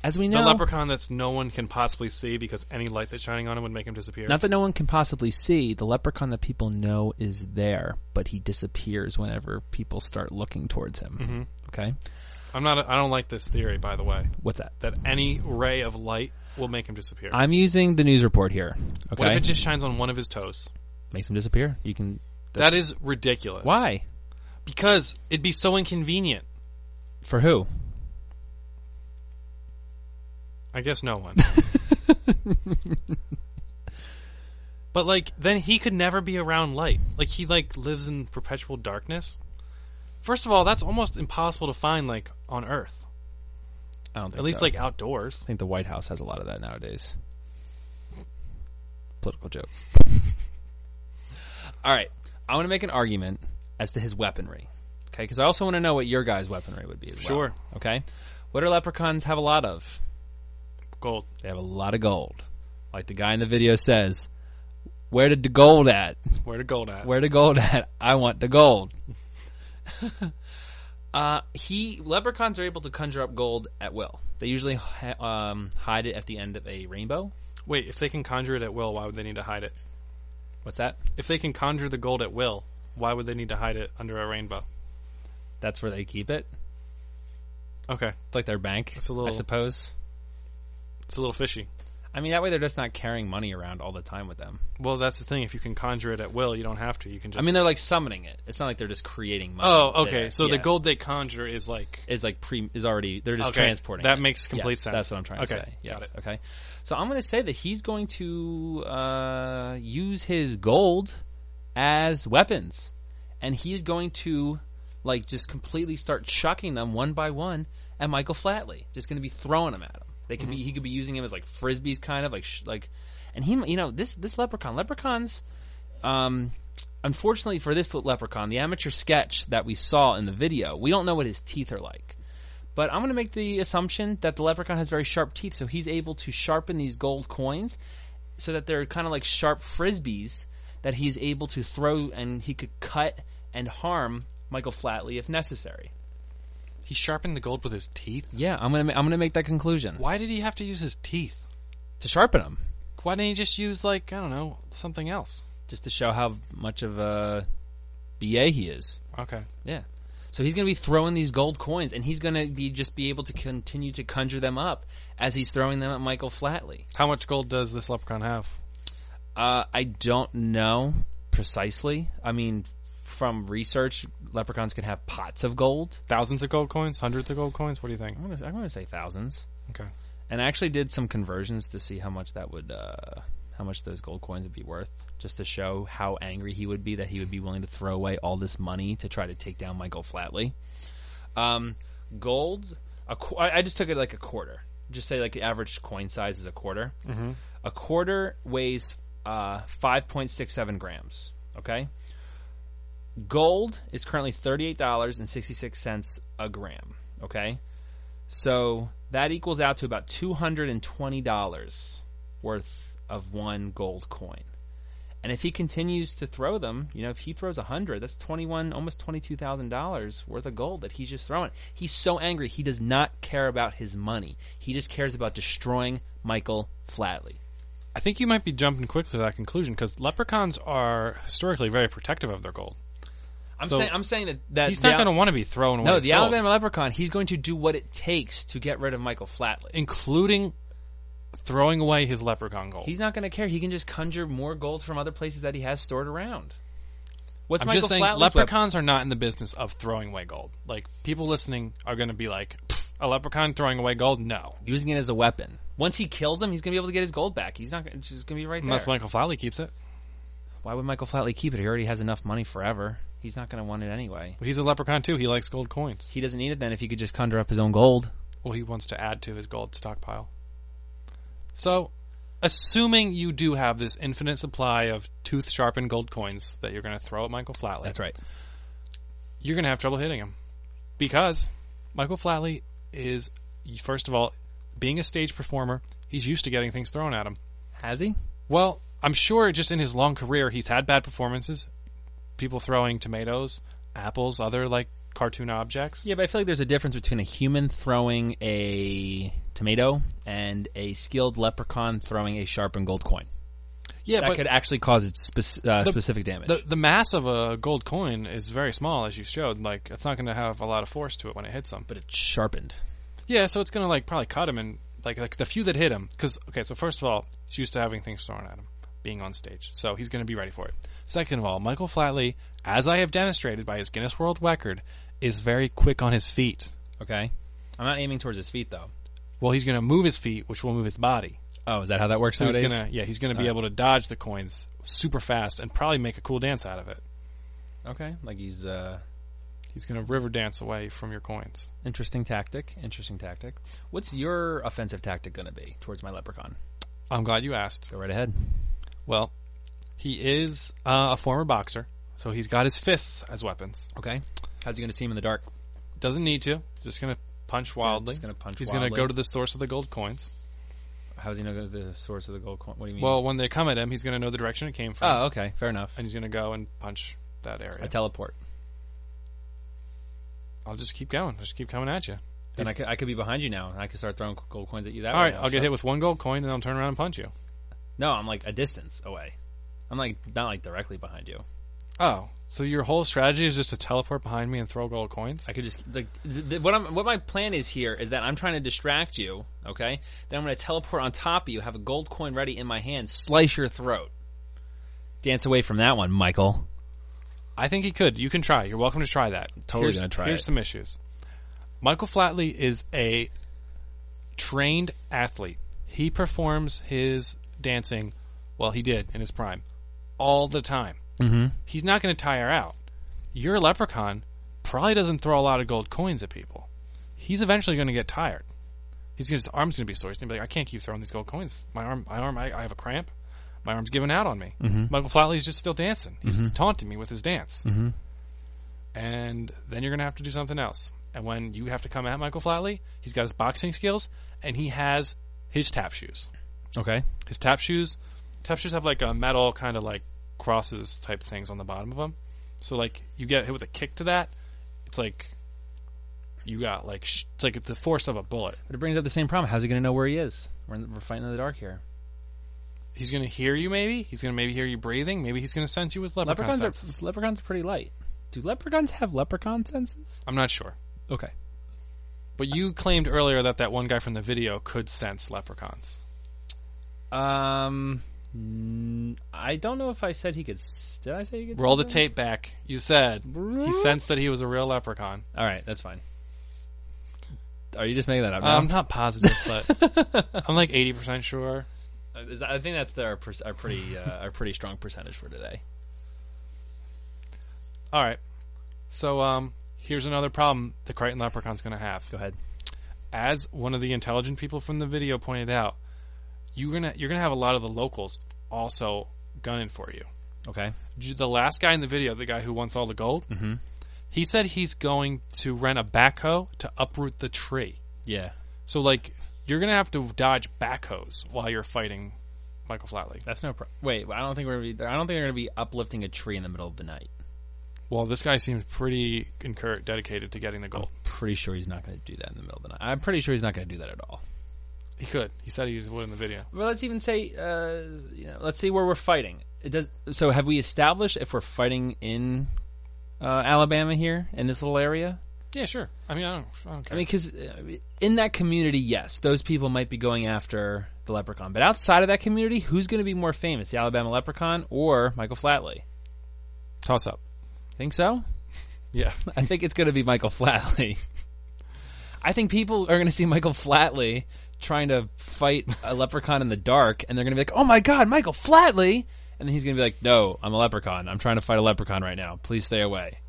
As we the know, leprechaun that's no one can possibly see because any light that's shining on him would make him disappear. not that no one can possibly see, the leprechaun that people know is there, but he disappears whenever people start looking towards him. Okay, I'm not. I don't like this theory, by the way, what's that? that any ray of light will make him disappear. I'm using the news report here. Okay, What if it just shines on one of his toes? makes him disappear? You can. That is ridiculous. Why? Because it'd be so inconvenient. For who? I guess no one. but like then he could never be around light. Like he like lives in perpetual darkness. First of all, that's almost impossible to find like on earth. I don't think. At least so. like outdoors. I think the White House has a lot of that nowadays. Political joke. All right, I want to make an argument as to his weaponry. Okay, because I also want to know what your guys' weaponry would be as well. Sure. Okay, what do leprechauns have a lot of? Gold. They have a lot of gold. Like the guy in the video says, "Where did the gold at? Where to gold at? Where the gold at? I want the gold." uh, he leprechauns are able to conjure up gold at will. They usually ha- um, hide it at the end of a rainbow. Wait, if they can conjure it at will, why would they need to hide it? What's that? If they can conjure the gold at will, why would they need to hide it under a rainbow? That's where they keep it. Okay. It's like their bank, a little- I suppose. It's a little fishy. I mean, that way they're just not carrying money around all the time with them. Well, that's the thing. If you can conjure it at will, you don't have to. You can just. I mean, they're like summoning it. It's not like they're just creating money. oh, okay. They're- So the yeah. gold they conjure is like is like pre is already they're just Okay, transporting. that it. makes complete Yes, sense. That's what I'm trying to Okay, say. got Yes, it. Okay. So I'm going to say that he's going to uh, use his gold as weapons, and he's going to like just completely start chucking them one by one at Michael Flatley. Just going to be throwing them at him. They Mm-hmm. could be he could be using him as like frisbees, kind of like sh- like, and he you know this this leprechaun leprechauns um, unfortunately for this leprechaun, the amateur sketch that we saw in the video, we don't know what his teeth are like. But I'm going to make the assumption that the leprechaun has very sharp teeth, so he's able to sharpen these gold coins so that they're kind of like sharp frisbees that he's able to throw and he could cut and harm Michael Flatley if necessary. he sharpened the gold with his teeth. Yeah, I'm going to I'm going to make that conclusion. Why did he have to use his teeth? To sharpen them, Why didn't he just use like I don't know something else? just to show how much of a BA he is. Okay. Yeah. So he's going to be throwing these gold coins, and he's going to be just be able to continue to conjure them up as he's throwing them at Michael Flatley. How much gold does this leprechaun have? Uh, I don't know precisely. I mean, from research, leprechauns can have pots of gold. Thousands of gold coins? Hundreds of gold coins? What do you think? I'm going to, I'm going to say thousands. Okay. And I actually did some conversions to see how much that would, uh, how much those gold coins would be worth, just to show how angry he would be that he would be willing to throw away all this money to try to take down Michael Flatley. Um, gold, a qu- I I just took it like a quarter. Just say like the average coin size is a quarter. Mm-hmm. A quarter weighs uh, 5.67 grams. Okay. Gold is currently $38.66 a gram. Okay. So that equals out to about $220 worth of one gold coin. And if he continues to throw them, you know, if he throws 100, that's 21 almost $22,000 worth of gold that he's just throwing. He's so angry, he does not care about his money. He just cares about destroying Michael Flatley. I think you might be jumping quickly to that conclusion because leprechauns are historically very protective of their gold. I'm So- saying I'm saying that, that He's the not Al- going to want to be thrown away. No, his the gold, Alabama Leprechaun, he's going to do what it takes to get rid of Michael Flatley. including throwing away his leprechaun gold. He's not going to care. He can just conjure more gold from other places that he has stored around. What's I'm Michael just saying, Flatley's weapon? leprechauns are not in the business of throwing away gold. Like people listening are going to be like, "Pfft, a leprechaun throwing away gold? No, using it as a weapon. Once he kills him, he's going to be able to get his gold back. He's not. It's just going to be right there. unless Michael Flatley keeps it. Why would Michael Flatley keep it? He already has enough money forever. He's not going to want it anyway. But he's a leprechaun too. He likes gold coins. He doesn't need it then if he could just conjure up his own gold. Well, he wants to add to his gold stockpile. So, assuming you do have this infinite supply of tooth sharpened gold coins that you're going to throw at Michael Flatley, right. you're going to have trouble hitting him because Michael Flatley is first of all being a stage performer. He's used to getting things thrown at him. Has he? Well, I'm sure just in his long career, he's had bad performances. People throwing tomatoes, apples, other like cartoon objects. Yeah, but I feel like there's a difference between a human throwing a tomato and a skilled leprechaun throwing a sharpened gold coin. Yeah, that could actually cause its spec- uh, the- specific damage. the the mass of a gold coin is very small, as you showed. Like it's not going to have a lot of force to it when it hits him. but it's sharpened. Yeah, so it's gonna like probably cut him and like like the few that hit him. Because okay, so first of all, he's used to having things thrown at him, being on stage, so he's gonna be ready for it. Second of all, Michael Flatley, as I have demonstrated by his Guinness World Record, is very quick on his feet. Okay. I'm not aiming towards his feet though. Well, he's gonna move his feet, which will move his body. Oh, is that how that works So he's nowadays? gonna yeah, he's gonna be Alright. able to dodge the coins super fast and probably make a cool dance out of it. Okay, like he's uh He's gonna river dance away from your coins. interesting tactic. Interesting tactic. What's your offensive tactic going to be towards my leprechaun? I'm glad you asked. Go right ahead. Well, he is uh, a former boxer, so he's got his fists as weapons. Okay. How's he going to see him in the dark? Doesn't need to. Just gonna punch wildly. just gonna punch He's wildly. gonna go to the source of the gold coins. How's he know the source of the gold coin? What do you mean? Well, when they come at him, he's gonna know the direction it came from, oh, okay, fair enough. and he's gonna go and punch that area. I teleport. I'll just keep going. I'll just keep coming at you. Then I could, I could be behind you now, and I could start throwing gold coins at you. That All way right, now. I'll get So- hit with one gold coin, and I'll turn around and punch you. No, I'm like a distance away. I'm like not like directly behind you. Oh, so your whole strategy is just to teleport behind me and throw gold coins? I could just like th- th- what I'm what my plan is here is that I'm trying to distract you, okay? Then I'm going to teleport on top of you, have a gold coin ready in my hand, slice your throat. Dance away from that one, Michael. I think he could. You can try. You're welcome to try that. Totally here's, gonna try Here's it. some issues. Michael Flatley is a trained athlete. He performs his dancing, well, he did in his prime, all the time. Mm-hmm. He's not going to tire out. Your leprechaun probably doesn't throw a lot of gold coins at people. He's eventually going to get tired. He's gonna, his arm's going to be sore. He's going to be like, I can't keep throwing these gold coins. My arm, my arm, I, I have a cramp. My arm's giving out on me. Mm-hmm. Michael Flatley's just still dancing. He's just taunting me with his dance Mm-hmm. and then you're going to have to do something else. And when you have to come at Michael Flatley, he's got his boxing skills and he has his tap shoes. Okay. His tap shoes, tap shoes have like a metal kind of like crosses type things on the bottom of them. So like you get hit with a kick to that, it's like you got like sh- it's like the force of a bullet. But it brings up the same problem. How's he going to know where he is? We're, in, we're fighting in the dark here. He's going to hear you maybe, he's going to maybe hear you breathing, maybe he's going to sense you with leprechaun Leprechauns senses. are leprechauns are pretty light. Do leprechauns have leprechaun senses? I'm not sure. Okay. But you claimed earlier that that one guy from the video could sense leprechauns. Um, n- I don't know if I said he could. s- Did I say he could? Roll the sense tape back. You said he sensed that he was a real leprechaun. it? All right, that's fine. Are you just making that up? now? Uh, I'm not positive, but I'm like 80% sure. Uh, Is that, I think that's their per- our pretty uh, our pretty strong percentage for today. All right. So um, here's another problem the Crichton leprechaun's going to have. Go ahead. As one of the intelligent people from the video pointed out, you're gonna you're gonna have a lot of the locals also gunning for you. Okay. J- The last guy in the video, the guy who wants all the gold, Mm-hmm. he said he's going to rent a backhoe to uproot the tree. Yeah, So like you're gonna have to dodge backhoes while you're fighting Michael Flatley. that's no problem. Wait, I don't think we're gonna be. I don't think they're gonna be uplifting a tree in the middle of the night. Well, this guy seems pretty incur- dedicated to getting the gold. Pretty sure he's not gonna do that in the middle of the night. I'm pretty sure he's not gonna do that at all. He could. He said he would in the video. Well, let's even say, uh, you know, let's see where we're fighting. It does. So, have we established if we're fighting in uh, Alabama here in this little area? Yeah, sure. I mean, I don't, I don't care. I mean, because in that community, yes, those people might be going after the leprechaun. But outside of that community, who's going to be more famous, the Alabama leprechaun or Michael Flatley? toss up. Think so? Yeah. I think it's going to be Michael Flatley. I think people are going to see Michael Flatley trying to fight a leprechaun in the dark, and they're going to be like, "Oh my god, Michael Flatley!" And then he's going to be like, "No, I'm a leprechaun. I'm trying to fight a leprechaun right now. Please stay away."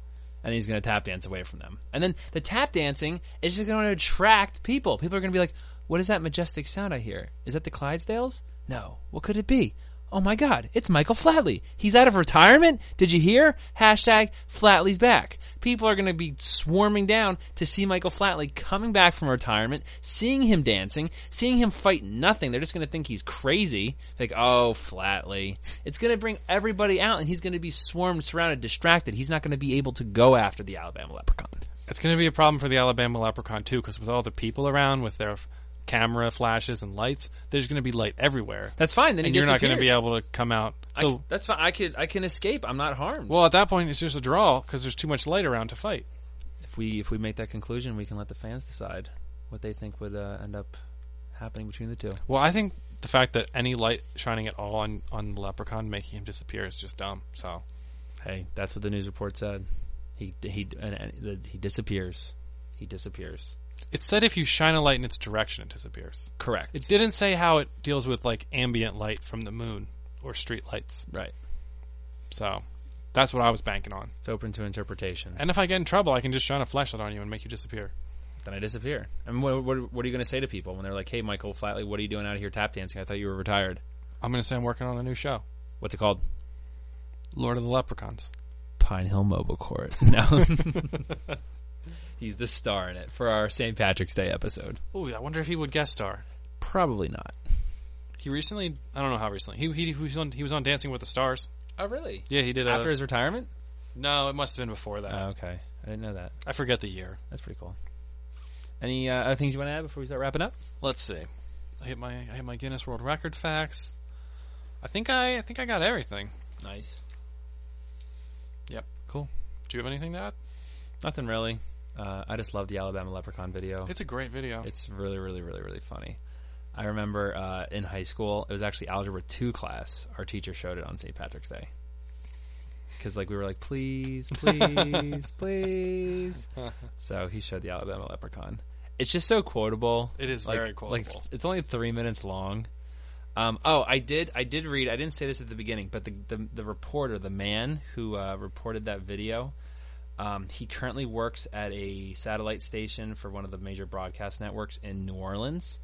And he's going to tap dance away from them. And then the tap dancing is just going to attract people. People are going to be like, "What is that majestic sound I hear? Is that the Clydesdales? No. What could it be?" Oh my god, it's Michael Flatley. He's out of retirement. Did you hear? Hashtag Flatley's back. People are going to be swarming down to see Michael Flatley coming back from retirement, seeing him dancing, seeing him fight nothing. They're just going to think he's crazy. Like, oh, Flatley. It's going to bring everybody out and he's going to be swarmed, surrounded, distracted. He's not going to be able to go after the Alabama leprechaun. It's going to be a problem for the Alabama Leprechaun, too, because with all the people around, with their f- camera flashes and lights, there's going to be light everywhere. That's fine. Then and he you're not going to be disappears. able to come out. I- So, that's fine. I could I can escape. I'm not harmed. well, at that point, it's just a draw because there's too much light around to fight. if we if we make that conclusion, we can let the fans decide what they think would uh, end up happening between the two. Well, I think the fact that any light shining at all on, on the Leprechaun making him disappear is just dumb. So, Hey, that's what the news report said. He he and, and the, he disappears. He disappears. it said if you shine a light in its direction, it disappears. Correct. It didn't say how it deals with like ambient light from the moon or street lights. right. So that's what I was banking on. It's open to interpretation. And if I get in trouble, I can just shine a flashlight on you and make you disappear. then I disappear. And what what, what are you going to say to people when they're like, "Hey, Michael Flatley, what are you doing out here tap dancing? I thought you were retired." I'm going to say I'm working on a new show, What's it called? Lord of the Leprechauns. Pine Hill Mobile Court. No. He's the star in it for our St. Patrick's Day episode. Ooh, I wonder if he would guest star. Probably not. He recently, I don't know how recently, he, he, he was on he was on Dancing with the Stars. Oh, really? Yeah, he did. A, After his retirement? no, it must have been before that. oh, okay. I didn't know that. I forget the year. That's pretty cool. Any uh, other things you want to add before we start wrapping up? Let's see. I hit my I hit my Guinness World Record facts. I think I I think I got everything. Nice. Yep. Cool. Do you have anything to add? Nothing really. Uh, I just love the Alabama Leprechaun video. It's a great video. It's really, really, really, really funny. I remember uh, in high school, it was actually algebra two class. Our teacher showed it on St. Patrick's Day because like we were like, please, please, please. So he showed the Alabama Leprechaun. It's just so quotable. It is Like- very like, quotable. it's only three minutes long. Um, oh, I did. I did read. I didn't say this at the beginning, but the the, the reporter, the man who uh, reported that video, um, he currently works at a satellite station for one of the major broadcast networks in New Orleans,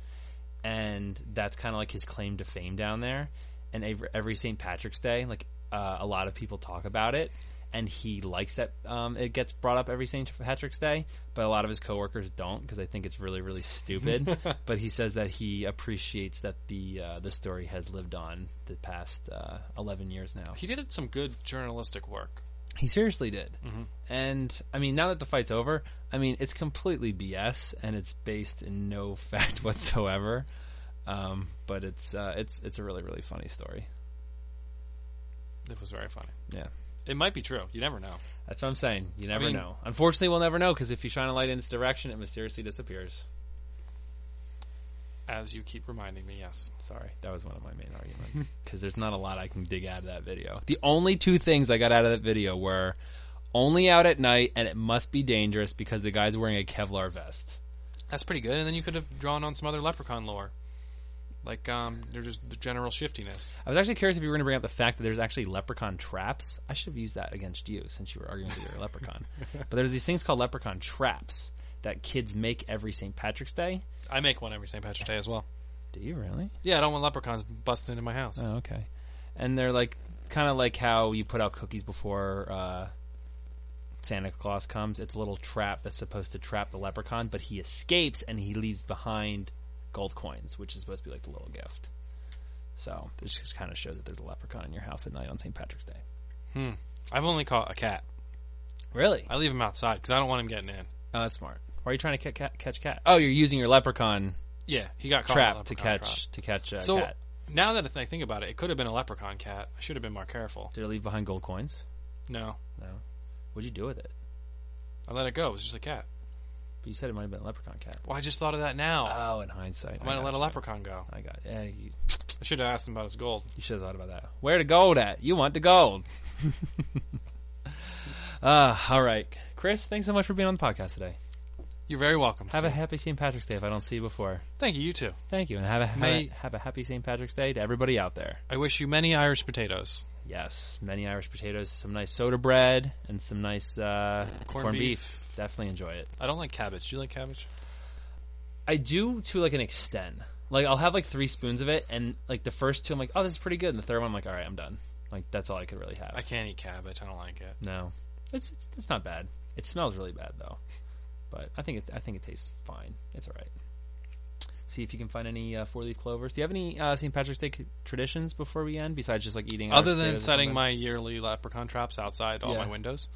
and that's kind of like his claim to fame down there. And every, every St. Patrick's Day, like uh, a lot of people talk about it, and he likes that um, it gets brought up every St. Patrick's Day, but a lot of his coworkers don't because they think it's really, really stupid. but he says that he appreciates that the uh, the story has lived on the past uh, eleven years now. He did some good journalistic work. He seriously did. And I mean, now that the fight's over, I mean, it's completely BS and it's based in no fact whatsoever. Um, but it's uh, it's it's a really really funny story. It was very funny. Yeah, It might be true. You never know. that's what I'm saying. You never mean- know. Unfortunately, we'll never know because if you shine a light in its direction, it mysteriously disappears. As you keep reminding me, yes. Sorry, that was one of my main arguments because there's not a lot I can dig out of that video. The only two things I got out of that video were only out at night and it must be dangerous because the guy's wearing a Kevlar vest. That's pretty good. And then you could have drawn on some other leprechaun lore. Like, um, they're just the general shiftiness. I was actually curious if you were going to bring up the fact that there's actually leprechaun traps. I should have used that against you since you were arguing that you're a leprechaun. But there's these things called leprechaun traps that kids make every St. Patrick's Day. I make one every St. Patrick's Day as well. Do you really? Yeah, I don't want leprechauns busting into my house. Oh, okay. And they're like kind of like how you put out cookies before uh, Santa Claus comes. It's a little trap that's supposed to trap the leprechaun, but he escapes and he leaves behind gold coins, which is supposed to be like the little gift. So it just kind of shows that there's a leprechaun in your house at night on St. Patrick's Day. I've only caught a cat. Really? I leave him outside because I don't want him getting in. Oh, that's smart. Why are you trying to ca- ca- catch cat? Oh, you're using your leprechaun Yeah, he got caught. in a trap to leprechaun catch to catch a So cat. now that I th- think about it, it could have been a leprechaun cat. I should have been more careful. Did it leave behind gold coins? No, No. What'd you do with it? I let it go. It was just a cat. But you said it might have been a leprechaun cat. Well, I just thought of that now. Oh, in hindsight, I might have got let a you. leprechaun go. I got. Yeah, you, I should have asked him about his gold. you should have thought about that. Where the gold at? You want the gold? uh, all right, Chris. Thanks so much for being on the podcast today. You're very welcome. Have a Steve. happy St. Patrick's Day if I don't see you before. Thank you. You too. Thank you, and have a have, May- a, have a happy St. Patrick's Day to everybody out there. I wish you many Irish potatoes. Yes, many Irish potatoes, some nice soda bread, and some nice uh, corned, Corned beef. beef. Definitely enjoy it. I don't like cabbage. Do you like cabbage? I do to like an extent. Like I'll have like three spoons of it, and like the first two, I'm like, oh, this is pretty good. And the third one, I'm like, all right, I'm done. Like that's all I could really have. I can't eat cabbage. I don't like it. no, it's, it's it's not bad. It smells really bad though, but I think it I think it tastes fine. It's all right. See if you can find any uh, four leaf clovers. Do you have any uh, St. Patrick's Day c- traditions before we end? Besides just like eating, Irish Other than potatoes or setting something? my yearly leprechaun traps outside all Yeah. my windows,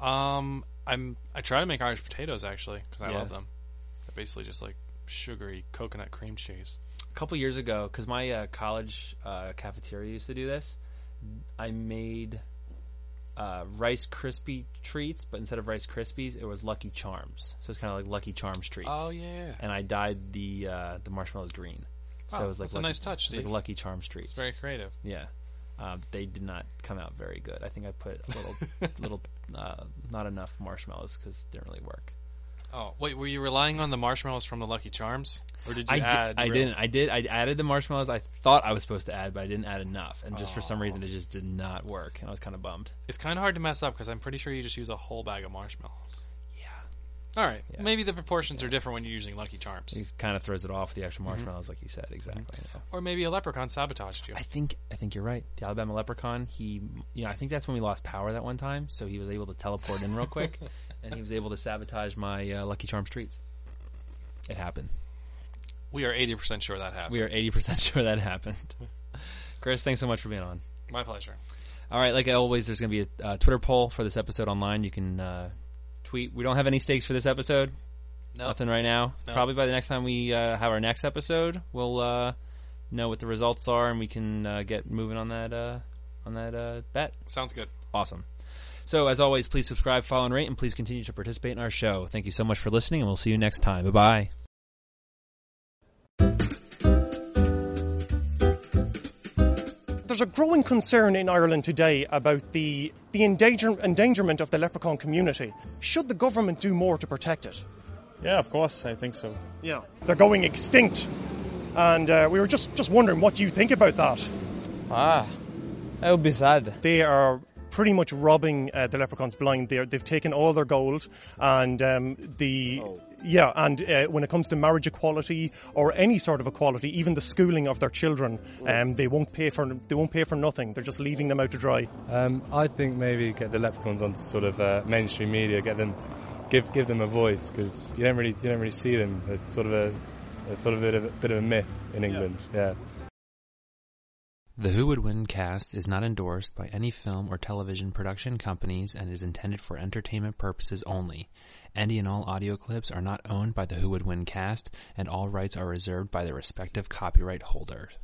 um, I'm I try to make Irish potatoes actually because I Yeah. love them. They're basically just like sugary coconut cream cheese. couple years ago because my uh, college uh, cafeteria used to do this. I made uh, Rice crispy treats, but instead of Rice Krispies, it was Lucky Charms. So it's kind of like Lucky Charms treats. Oh yeah, And I dyed the uh, the marshmallows green, so Wow, it was like that's a nice touch, It was like Steve. Lucky Charms treats. it's very creative. Yeah. Um, they did not come out very good. I think I put a little, little, uh, not enough marshmallows because it didn't really work. Oh wait, were you relying on the marshmallows from the Lucky Charms, or did you I, di- add? I real- didn't. I did. I added the marshmallows. I thought I was supposed to add, but I didn't add enough, and just for some reason, it just did not work, and I was kind of bummed. It's kind of hard to mess up because I'm pretty sure you just use a whole bag of marshmallows. Yeah, All right, maybe the proportions are different when you're using Lucky Charms, it kind of throws it off with the Mm-hmm. extra marshmallows, like you said, exactly. yeah. or maybe a leprechaun sabotaged you. I think. I think you're right. The Alabama Leprechaun. He, you know, I think that's when we lost power that one time, so he was able to teleport in real quick, and he was able to sabotage my uh, Lucky Charms treats. It happened. We are 80% sure that happened. We are eighty percent sure that happened. Chris, thanks so much for being on. My pleasure. All right, like always, there's going to be a uh, Twitter poll for this episode online. You can uh, tweet. We don't have any stakes for this episode. No. Nothing right now. No. Probably by the next time we uh, have our next episode, we'll uh, know what the results are, and we can uh, get moving on that uh, on that uh, bet. Sounds good. Awesome. So, as always, please subscribe, follow, and rate, and please continue to participate in our show. Thank you so much for listening, and we'll see you next time. Bye bye. There's a growing concern in Ireland today about the, the endanger, endangerment of the leprechaun community. Should the government do more to protect it? Yeah, of course, I think so. Yeah. They're going extinct. And uh, we were just, just wondering what you think about that. Ah, that would be sad. They are pretty much robbing uh, the leprechauns blind. They're, they've taken all their gold, and um, the Oh. yeah, and uh, when it comes to marriage equality or any sort of equality, even the schooling of their children, um, they won't pay for they won't pay for nothing. They're just leaving them out to dry. Um, I think maybe get the leprechauns onto sort of uh, mainstream media, get them, give give them a voice because you don't really you don't really see them. It's sort of a it's sort of a bit of a, bit of a myth in England. yeah. The Who Would Win cast is not endorsed by any film or television production companies and is intended for entertainment purposes only. Any and all audio clips are not owned by the Who Would Win cast, and all rights are reserved by their respective copyright holders.